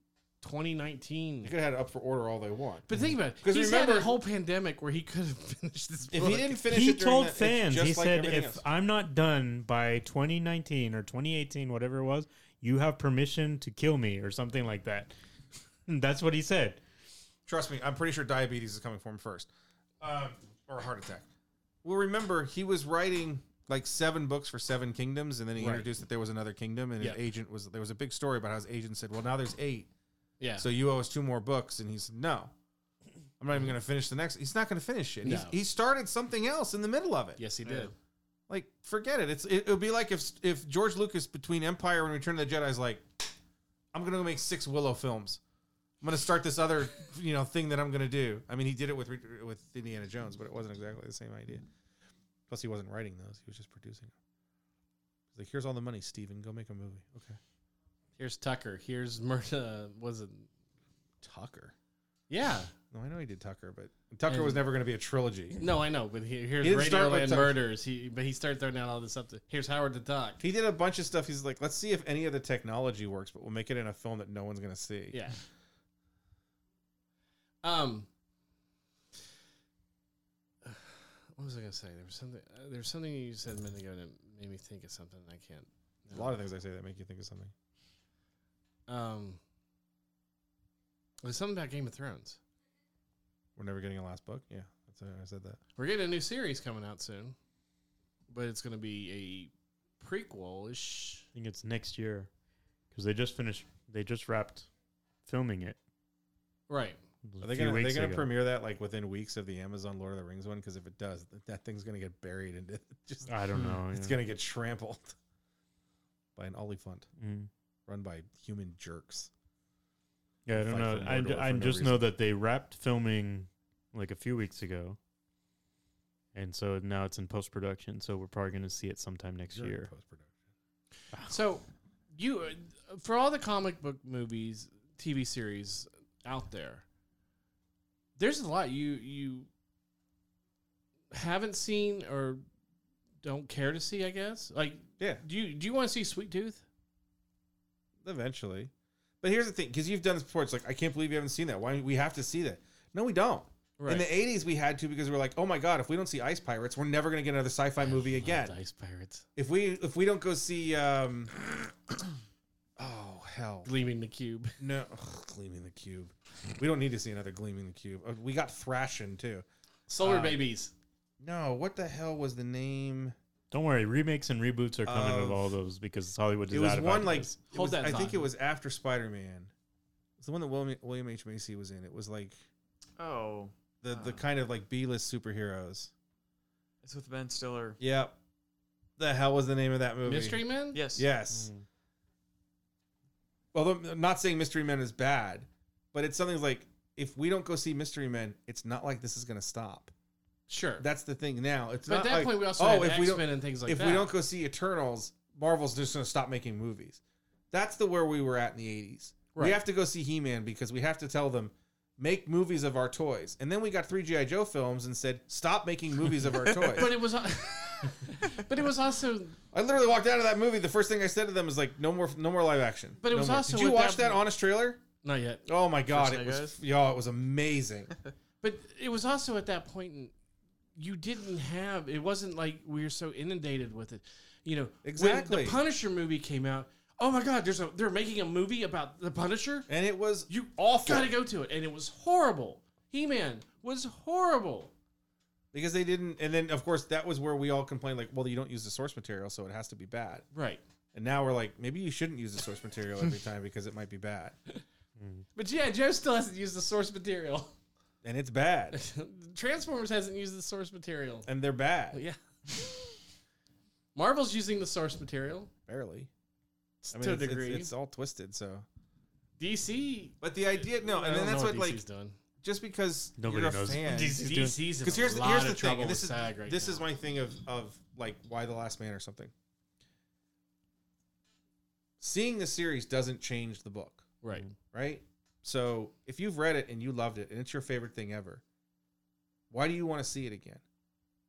S1: 2019.
S2: could have had it up for order all they want.
S1: But think about it.
S2: 'Cause
S1: He's remember, had
S2: remember-
S1: a whole pandemic where he could have finished this book.
S2: If he didn't finish
S3: he
S2: it, during
S3: told
S2: that, it's
S3: fans
S2: just
S3: he
S2: like
S3: said
S2: everything
S3: if
S2: else.
S3: i'm not done by 2019 or 2018 whatever it was you have permission to kill me or something like that that's what he said
S2: Trust me, I'm pretty sure diabetes is coming for him first, um, or a heart attack. Well, remember he was writing like seven books for seven kingdoms, and then he
S1: Right.
S2: introduced that there was another kingdom, and
S1: Yeah.
S2: his agent was there was a big story about how his agent said, "Well, now there's eight,
S1: yeah.
S2: so you owe us two more books," and he said, "No, I'm not even going to finish the next." He's not going to finish it. He's,
S1: No.
S2: he started something else in the middle of it.
S1: yes, he did.
S2: Like, forget it. It's it, it would be like if if George Lucas between Empire and Return of the Jedi is like, I'm gonna make six Willow films. I'm gonna start this other you know thing that I'm gonna do. I mean, he did it with Re- with Indiana Jones, but it wasn't exactly the same idea. Plus, he wasn't writing those; he was just producing them. He's like, "Here's all the money, Steven. Go make a movie." Okay.
S1: Here's Tucker. Here's Murda. Was it Tucker? Yeah.
S2: No, I know he did Tucker, but Tucker was never going to be a trilogy.
S1: No, I know, but he, here's
S2: He didn't start with
S1: Radioland
S2: Tuck-
S1: murders. He but he started throwing out all this stuff. To, here's Howard the Duck.
S2: He did a bunch of stuff. He's like, let's see if any of the technology works, but we'll make it in a film that no one's going to see.
S1: Yeah. Um. What was I gonna say? There was something. Uh, there was something you said a minute ago that made me think of something. I can't.
S2: There's a lot of things I say that make you think of something.
S1: Um. It was something about Game of Thrones.
S2: We're never getting a last book. Yeah, that's how I said that.
S1: We're getting a new series coming out soon, but it's gonna be a prequel ish.
S3: I think it's next year because they just finished. They just wrapped filming it.
S1: Right.
S3: a
S2: Are they
S3: few
S2: going to they
S3: weeks
S2: going to
S3: ago.
S2: premiere that like within weeks of the Amazon Lord of the Rings one? Because if it does, th- that thing's going to get buried and just
S3: I don't know.
S2: Hmm. it's
S3: Oh, yeah.
S2: going to get trampled by an olifant
S3: Mm.
S2: run by human jerks.
S3: Yeah, I
S2: Fight
S3: don't
S2: for
S3: know. I,
S2: Mordor
S3: d- I
S2: for no
S3: just know
S2: reason.
S3: that they wrapped filming like a few weeks ago, and so now it's in post production. So we're probably going to see it sometime next
S2: You're in
S3: year.
S2: post-production.
S1: So, you uh, for all the comic book movies, TV series out there, there's a lot you you haven't seen or don't care to see. I guess. Like,
S2: Yeah,
S1: do you do you want to see Sweet Tooth?
S2: eventually. But here's the thing, because you've done this before. It's like I can't believe you haven't seen that. Why we have to see that? No, we don't. In the '80s, we had to because we were like, oh my god, if we don't see Ice Pirates, we're never going to get another sci-fi movie again.
S1: Ice Pirates,
S2: If we if we don't go see, um, oh hell,
S1: gleaming the cube.
S2: no, ugh, Gleaming the Cube. We don't need to see another Gleaming the Cube. Uh, We got Thrashing too.
S1: Solar
S2: Uh,
S1: Babies.
S2: No, what the hell was the name?
S3: Don't worry, remakes and reboots are coming of
S2: Of-
S3: all those because Hollywood is
S2: it was
S3: out of
S2: one like
S3: ideas.
S2: it
S1: Hold
S2: was-
S1: that
S2: I think
S1: thought.
S2: it was after Spider Man. It's the one that William, William H Macy was in. It was like
S4: Oh,
S2: the the
S4: Ah.
S2: kind of like B list superheroes.
S4: it's with Ben Stiller.
S2: Yep. The hell was the name of that movie?
S1: Mystery Men. Mm.
S4: Yes.
S2: Yes.
S3: Mm.
S2: Although I'm not saying Mystery Men is bad, but it's something like if we don't go see Mystery Men, it's not like this is going to stop.
S1: Sure.
S2: That's the thing now. It's
S1: but
S2: not
S1: at that
S2: like,
S1: point, we also
S2: oh,
S1: had
S2: if we
S1: X
S2: don't
S1: Men and things like
S2: if
S1: that.
S2: we don't go see Eternals, Marvel's just going to stop making movies. That's the where we were at in the 80s. We
S1: Right.
S2: have to go see He-Man because we have to tell them make movies of our toys. And then we got 3 GI Joe films and said stop making movies of our toys.
S1: but it was, but it was also
S2: I literally walked out of that movie the first thing I said to them was like no more no more live action.
S1: But it
S2: No
S1: was
S2: more.
S1: also
S2: Did you
S1: at
S2: watch
S1: that
S2: that
S1: point-
S2: honest trailer?
S1: not yet.
S2: Oh my god,
S4: Night
S2: it was
S4: Guys?
S2: y'all, it was amazing.
S1: But it was also at that point in, you didn't have it wasn't like we were so inundated with it. You know, when
S2: Exactly.
S1: the Punisher movie came out. Oh my God! There's a they're making a movie about the Punisher.
S2: and it was
S1: You
S2: awful
S1: gotta go to it, and it was horrible. He Man was horrible.
S2: because they didn't and then of course that was where we all complained like well you don't use the source material so it has to be bad.
S1: Right.
S2: And now we're like, maybe you shouldn't use the source material every time because it might be bad.
S1: But yeah, Joe still hasn't used the source material.
S2: And it's bad.
S1: Transformers hasn't used the source material.
S2: And they're bad.
S1: Yeah. Marvel's using the source material
S2: Barely. I mean,
S1: to a
S2: it's, it's-
S1: degree.
S2: It's, all twisted, so.
S1: DC.
S2: But the idea, no,
S1: I don't
S2: and then that's
S1: know
S2: what, like,
S1: DC's done.
S2: just because
S3: Nobody
S2: you're a
S3: knows.
S2: fan.
S3: DC's doing-
S1: DC's
S2: Because here's,
S1: a
S2: the
S1: lot
S2: here's
S1: of
S2: the thing,
S1: trouble with
S2: and this is
S1: SAG right
S2: this
S1: now.
S2: is my thing of of like why the Last Man or something. Seeing the series doesn't change the book.
S1: Right.
S2: right? So if you've read it and you loved it and it's your favorite thing ever, why do you want to see it again?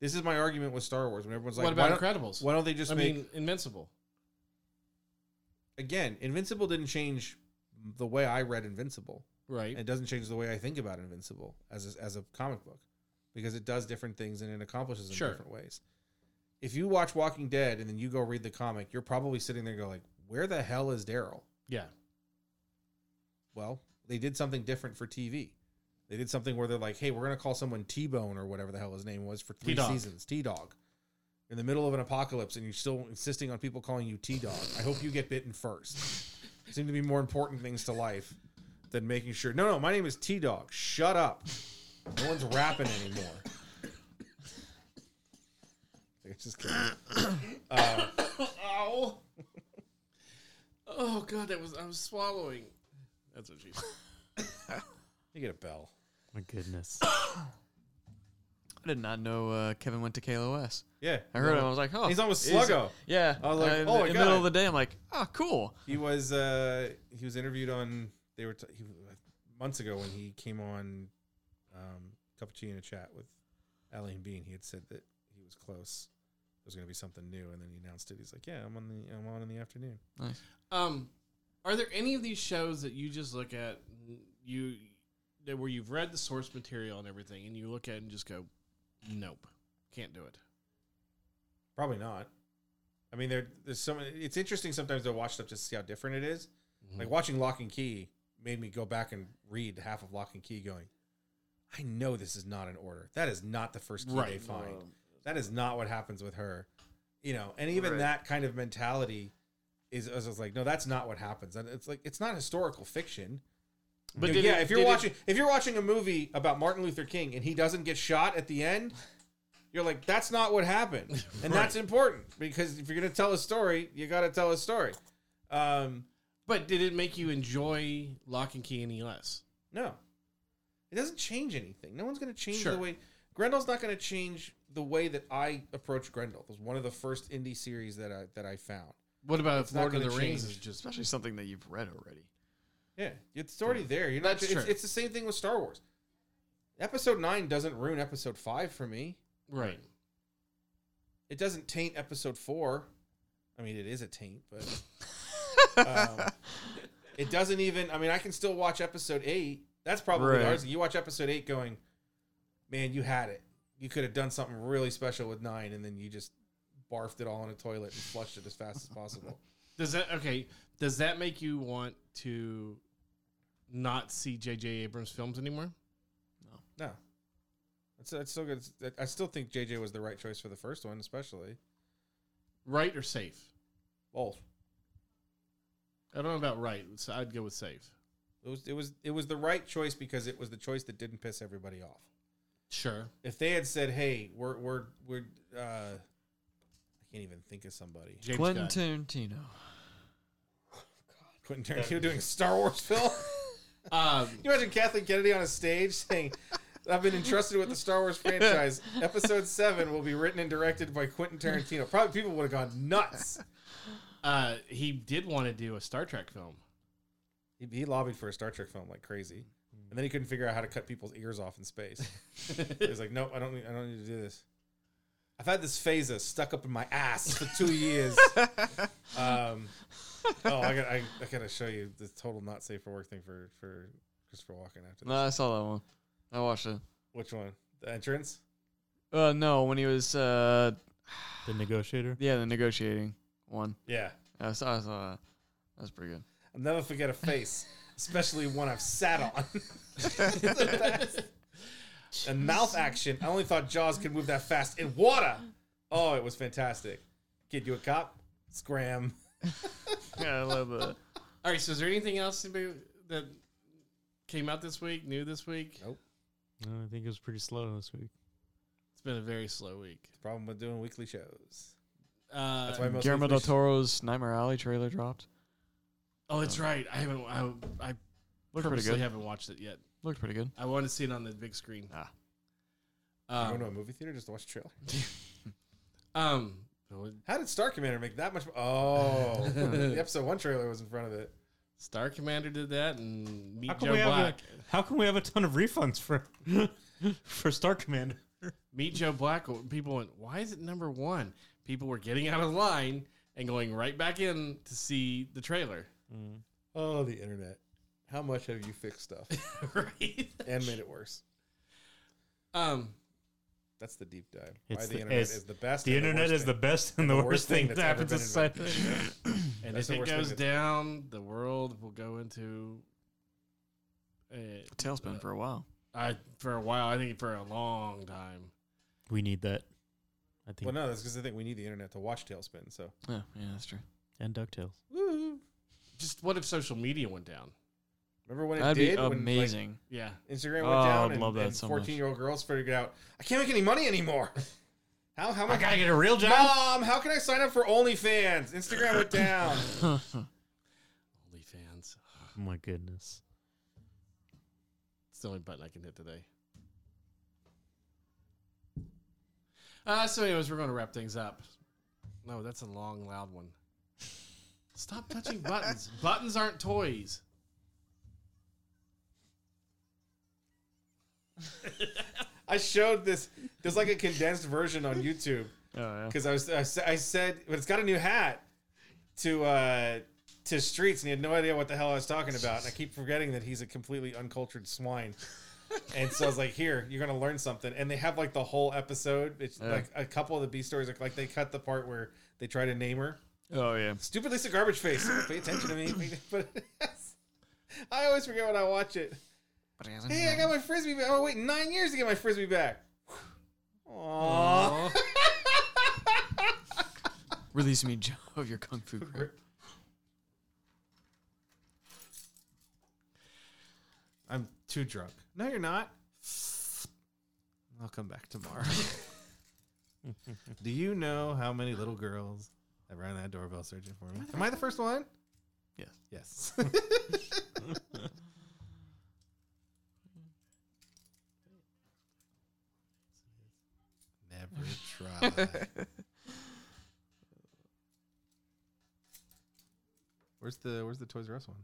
S2: This is my argument with Star Wars when everyone's like,
S1: what
S2: why,
S1: about
S2: don't,
S1: Incredibles?
S2: why don't they just
S1: I
S2: make
S1: mean, Invincible.
S2: again? Invincible didn't change the way I read Invincible.
S1: Right.
S2: and It doesn't change the way I think about Invincible as a, as a comic book because it does different things and it accomplishes in
S1: Sure.
S2: different ways. If you watch Walking Dead and then you go read the comic, you're probably sitting there going like, "Where the hell is Daryl?"
S1: yeah.
S2: Well, they did something different for TV. They did something where they're like, "Hey, we're going to call someone T-Bone or whatever the hell his name was for 3
S1: T-Dog.
S2: seasons, T-Dog." In the middle of an apocalypse and you're still insisting on people calling you T-Dog. I hope you get bitten first. Seem to be more important things to life than making sure. No, no, my name is T-Dog. Shut up. No one's rapping anymore. It's just kidding. Uh,
S1: Ow. oh god, that was I was swallowing. That's what she said.
S2: you get a bell.
S3: My goodness.
S4: I did not know uh, Kevin went to KLOS.
S2: Yeah.
S4: I heard him. I was like, oh,
S2: He's on with
S4: is it-
S2: Sluggo.
S4: Yeah.
S2: I was like,
S4: in
S2: oh
S4: the-
S2: my
S4: in the middle
S2: God.
S4: of the day, I'm like, oh, "Ah, cool.
S2: He was uh he was interviewed on they were t- he, months ago when he came on um, Cup of Tea and a Chat with Allie and Bean, he had said that he was close. There's going to be something new, and then he announced it. He's like, "Yeah, I'm on the I'm on in the afternoon."
S4: Nice.
S1: Um, are there any of these shows that you just look at n- you that where you've read the source material and everything, and you look at it and just go, "Nope, can't do it."
S2: Probably not. I mean, there there's so many. It's interesting sometimes to watch stuff just to see how different it is.
S1: Hmm.
S2: Like watching Lock and Key made me go back and read half of Lock and Key, going, "I know this is not in order. That is not the first key they
S1: Right.
S2: find. that is not what happens with her." You know, and even
S4: Right.
S2: that kind of mentality is, is just like, no, that's not what happens. And it's like it's not historical fiction.
S1: But
S2: Dude,
S1: did
S2: yeah,
S1: it-
S2: if you're
S1: did it-
S2: watching if you're watching a movie about Martin Luther King and he doesn't get shot at the end, you're like, that's not what happened, and that's important because if you're gonna tell a story, you got to tell a story. Um,
S1: but did it make you enjoy Lock and Key any less?
S2: no, it doesn't change anything. No one's gonna change
S1: Sure.
S2: the way Grendel's not gonna change the way that I approach Grendel. It was one of the first indie series that I that I found.
S1: What about
S2: It's
S1: if
S2: not
S1: Lord of the
S2: gonna
S1: Rings
S2: change.
S1: is just
S4: Especially something that you've read already.
S2: Yeah, it's already there. You're not.
S1: That's
S2: It's,
S1: true.
S2: it's the same thing with Star Wars. Episode nine doesn't ruin episode five for me.
S1: right?
S2: it doesn't taint episode four. I mean, it is a taint, but um, it doesn't even. I mean, I can still watch episode eight. That's probably
S4: Right.
S2: ours. You watch episode eight, going, man, you had it. You could have done something really special with nine, and then you just barfed it all in a toilet and flushed it as fast as possible.
S1: Does that okay? Does that make you want to not see J.J. Abrams films anymore?
S2: No, that's that's still good. I still think JJ was the right choice for the first one, especially.
S1: Right or safe?
S2: Both.
S1: I don't know about right, so I'd go with safe.
S2: It was it was it was the right choice because it was the choice that didn't piss everybody off.
S1: Sure.
S2: if they had said, "Hey, we're we're we're," uh, I can't even think of somebody.
S1: James
S4: Quentin
S1: Gunn.
S4: Tarantino.
S2: Quentin Tarantino doing a Star Wars film.
S1: Um,
S2: Can you imagine Kathleen Kennedy on a stage saying, "I've been entrusted with the Star Wars franchise. Episode seven will be written and directed by Quentin Tarantino." Probably people would have gone nuts.
S1: uh, he did want to do a Star Trek film.
S2: He, he lobbied for a Star Trek film like crazy, and then he couldn't figure out how to cut people's ears off in space. He was like, "Nope, I don't need, I don't need to do this." I've had this phaser stuck up in my ass for two years. um, oh, I got I, I gotta show you the total not safe for work thing for for Christopher Walken after this.
S4: No, I saw that one. I watched it.
S2: Which one? The entrance?
S4: Uh, no, when he was uh,
S3: The negotiator.
S4: yeah, the negotiating one.
S2: Yeah,
S4: I saw, I saw that. That's pretty good.
S2: I'll never forget a face, especially one I've sat on. and mouth action. I only thought Jaws could move that fast in water. Oh, it was fantastic. Kid, you a cop? Scram.
S4: Yeah, I love that.
S1: All right. So, is there anything else anybody that came out this week? New this week?
S3: No, I think it was pretty slow this week.
S1: It's been a very slow week.
S2: Problem with doing weekly shows.
S1: Uh,
S2: That's why most
S4: Guillermo
S2: weekly
S4: del Toro's Nightmare Alley trailer dropped.
S1: oh, that's right. I haven't. I, I
S4: Looked pretty
S1: purposely
S4: good.
S1: haven't watched it yet.
S4: Looked pretty good.
S1: I want to see it on the big screen.
S4: Ah.
S2: shows-
S1: Um,
S2: Going to a movie theater just to watch a trailer.
S1: um,
S2: How did Star Commander make that much? Oh, the episode one trailer was in front of it.
S1: Star Commander did that, and Meet
S3: How come
S1: Joe
S3: we have a-
S1: Black.
S3: How can we have a ton of refunds for for Star Commander?
S1: Meet Joe Black. People went, why is it number one? People were getting out of line and going right back in to see the trailer.
S3: Mm.
S2: Oh, the internet. How much have you fixed stuff
S1: right.
S2: and made it worse?
S1: Um.
S2: That's the deep dive.
S3: It's
S2: Why the,
S3: the-
S2: internet
S3: it's-
S2: is the best.
S3: The
S2: and
S3: internet
S2: worst
S3: is the
S2: thing.
S3: best and the worst thing that
S2: ever
S3: happens to
S2: been
S3: society.
S1: And
S2: That's the
S1: if it
S2: worst thing
S1: goes
S2: that's-
S1: down, the world will go into. Uh,
S4: Tailspin for a while.
S1: I for a while. I think for a long time.
S3: We need that. I think.
S2: Well, no, that's because I think we need the internet to watch Tailspin. So,
S4: Yeah, yeah, that's true.
S3: and Ducktales.
S2: Woo.
S1: Just what if social media went down?
S2: remember when it
S4: That'd
S2: did?
S4: be amazing.
S1: Yeah.
S2: When, like, Instagram went
S4: Oh,
S2: down,
S4: I'd
S2: and-
S4: love that
S2: and
S4: so much.
S2: fourteen-year-old girls figured out I can't make any money anymore. How how am Oh I?
S3: gotta get a real
S2: Mom, how can I sign up for OnlyFans? Instagram went down.
S4: Oh,
S1: Holy fans.
S3: Oh my goodness.
S1: It's the only button I can hit today. Uh, so, anyways, we're going to wrap things up. No, that's a long, loud one. Stop touching buttons. Buttons aren't toys.
S2: I showed this. There's like a condensed version on YouTube
S4: Oh yeah.
S2: because I was I, sa- I said, but it's got a new hat to uh to streets, and he had no idea what the hell I was talking about. And I keep forgetting that he's a completely uncultured swine. and so I was like, "Here, you're gonna learn something." And they have like the whole episode. It's
S4: Yeah.
S2: like a couple of the B stories. Like, like they cut the part where they try to name her.
S4: Oh yeah.
S2: Stupid Lisa Garbage Face. Pay attention to me. But I always forget when I watch it. Hey, I got my frisbee back. Oh wait, nine years to get my frisbee back. Aww.
S4: Release me, Joe, of your kung fu. crap.
S2: I'm too drunk. No, you're not. I'll come back tomorrow. Do you know how many little girls that rang that doorbell searching for me? Am I the first one?
S4: Yes.
S2: Yes. Never try. Where's the Where's the Toys R Us one?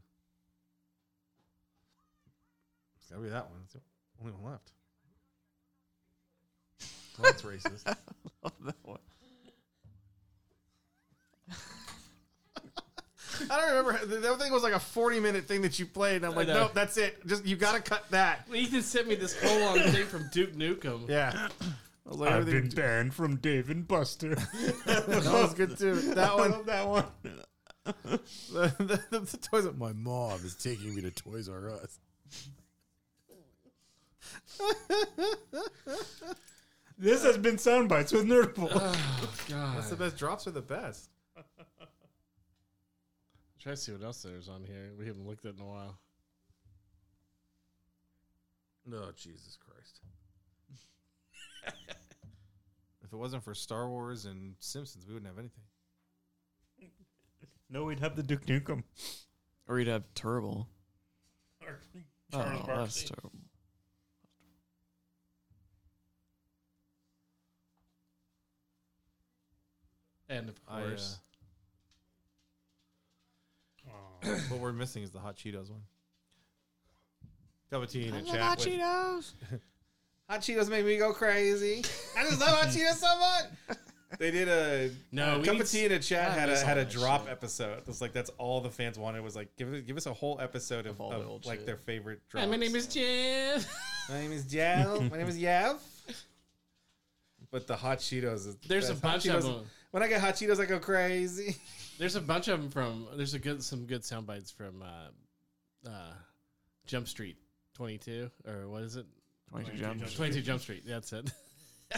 S2: It's gotta be that one. It's the only one left. Well, that's racist.
S4: Love that one.
S2: I don't remember. The other thing was like a 40 minute thing that you played, and I'm like,
S1: know.
S2: nope, that's it. Just you gotta cut that.
S1: Ethan sent me this full on thing from Duke Nukem.
S2: Yeah. I was like,
S3: I've
S2: everything
S3: been banned from Dave and Buster.
S2: that was good too. That one,
S3: that one.
S2: the, the, the, the toys. My mom is taking me to Toys R Us.
S3: This has been sound bites with Nerdful.
S4: Uh.
S1: God.
S2: That's the best. Drops are the best.
S1: Try to see what else there's on here. We haven't looked at in a while.
S2: No, Jesus Christ. if it wasn't for Star Wars and Simpsons, we wouldn't have anything.
S3: no, we'd have the Duke Nukem.
S4: Or you'd have Turbo. Oh, that's terrible.
S1: And of
S2: I, uh,
S1: course,
S2: what we're missing is the Hot Cheetos one. Cup of tea in the chat.
S4: Hot
S2: with-
S4: Cheetos.
S2: Hot Cheetos make me go crazy. I just love Hot Cheetos so much. They did a
S1: No,
S2: a
S1: we
S2: cup
S1: need
S2: of tea in a chat
S1: I
S2: had a
S1: miss
S2: had
S1: all
S2: a
S1: that
S2: drop
S1: shit.
S2: episode. It was like that's all the fans wanted was like give us- give us a whole episode of,
S4: all the
S2: of,
S4: old
S2: like
S4: shit.
S2: their favorite drops.
S1: Hi, my name is Jim.
S2: my name is Jav. my name is Yav. But the Hot Cheetos is the
S1: There's a
S2: best. Hot
S1: bunch of
S2: Cheetos-
S1: them.
S2: When I get Hot Cheetos, I go crazy.
S1: There's a bunch of them from. There's a good some good sound bites from uh, uh, Jump Street 22 or what is it?
S4: 22 jumps.
S1: 22 Jump Street. That's it.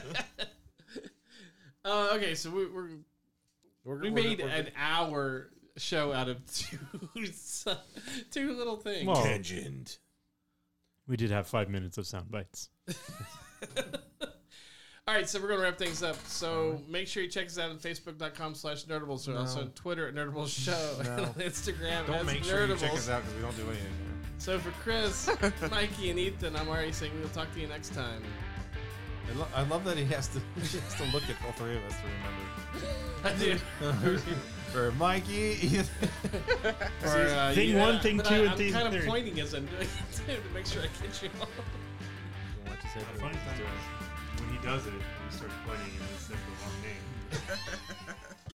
S1: uh, okay, so we, we're,
S2: We're,
S1: we
S2: we're-
S1: made
S2: we're-
S1: an hour show out of two s- two little things.
S2: legend.
S3: we did have five minutes of sound bites.
S1: All right, so we're going to wrap things up. So make sure you check us out on Facebook.com slash Nerdables. We're also on Twitter at Nerdables Show and on Instagram
S2: Don't
S1: as
S2: make
S1: Nerdables.
S2: sure you check us out because we don't do anything.
S1: So for Chris, Mikey, and Ethan, I'm already saying we'll talk to you next time.
S2: I, lo- I love that he has to he has to look at all three of us to remember.
S1: I do.
S2: for Mikey.
S1: Or, uh,
S3: Thing
S1: yeah,
S3: one, thing
S1: but
S3: two,
S1: I,
S3: and
S1: I'm
S3: thing
S1: kind
S3: three.
S1: of pointing as I'm doing it too, to make sure I get you all.
S3: When he does it, he starts pointing and says the wrong name.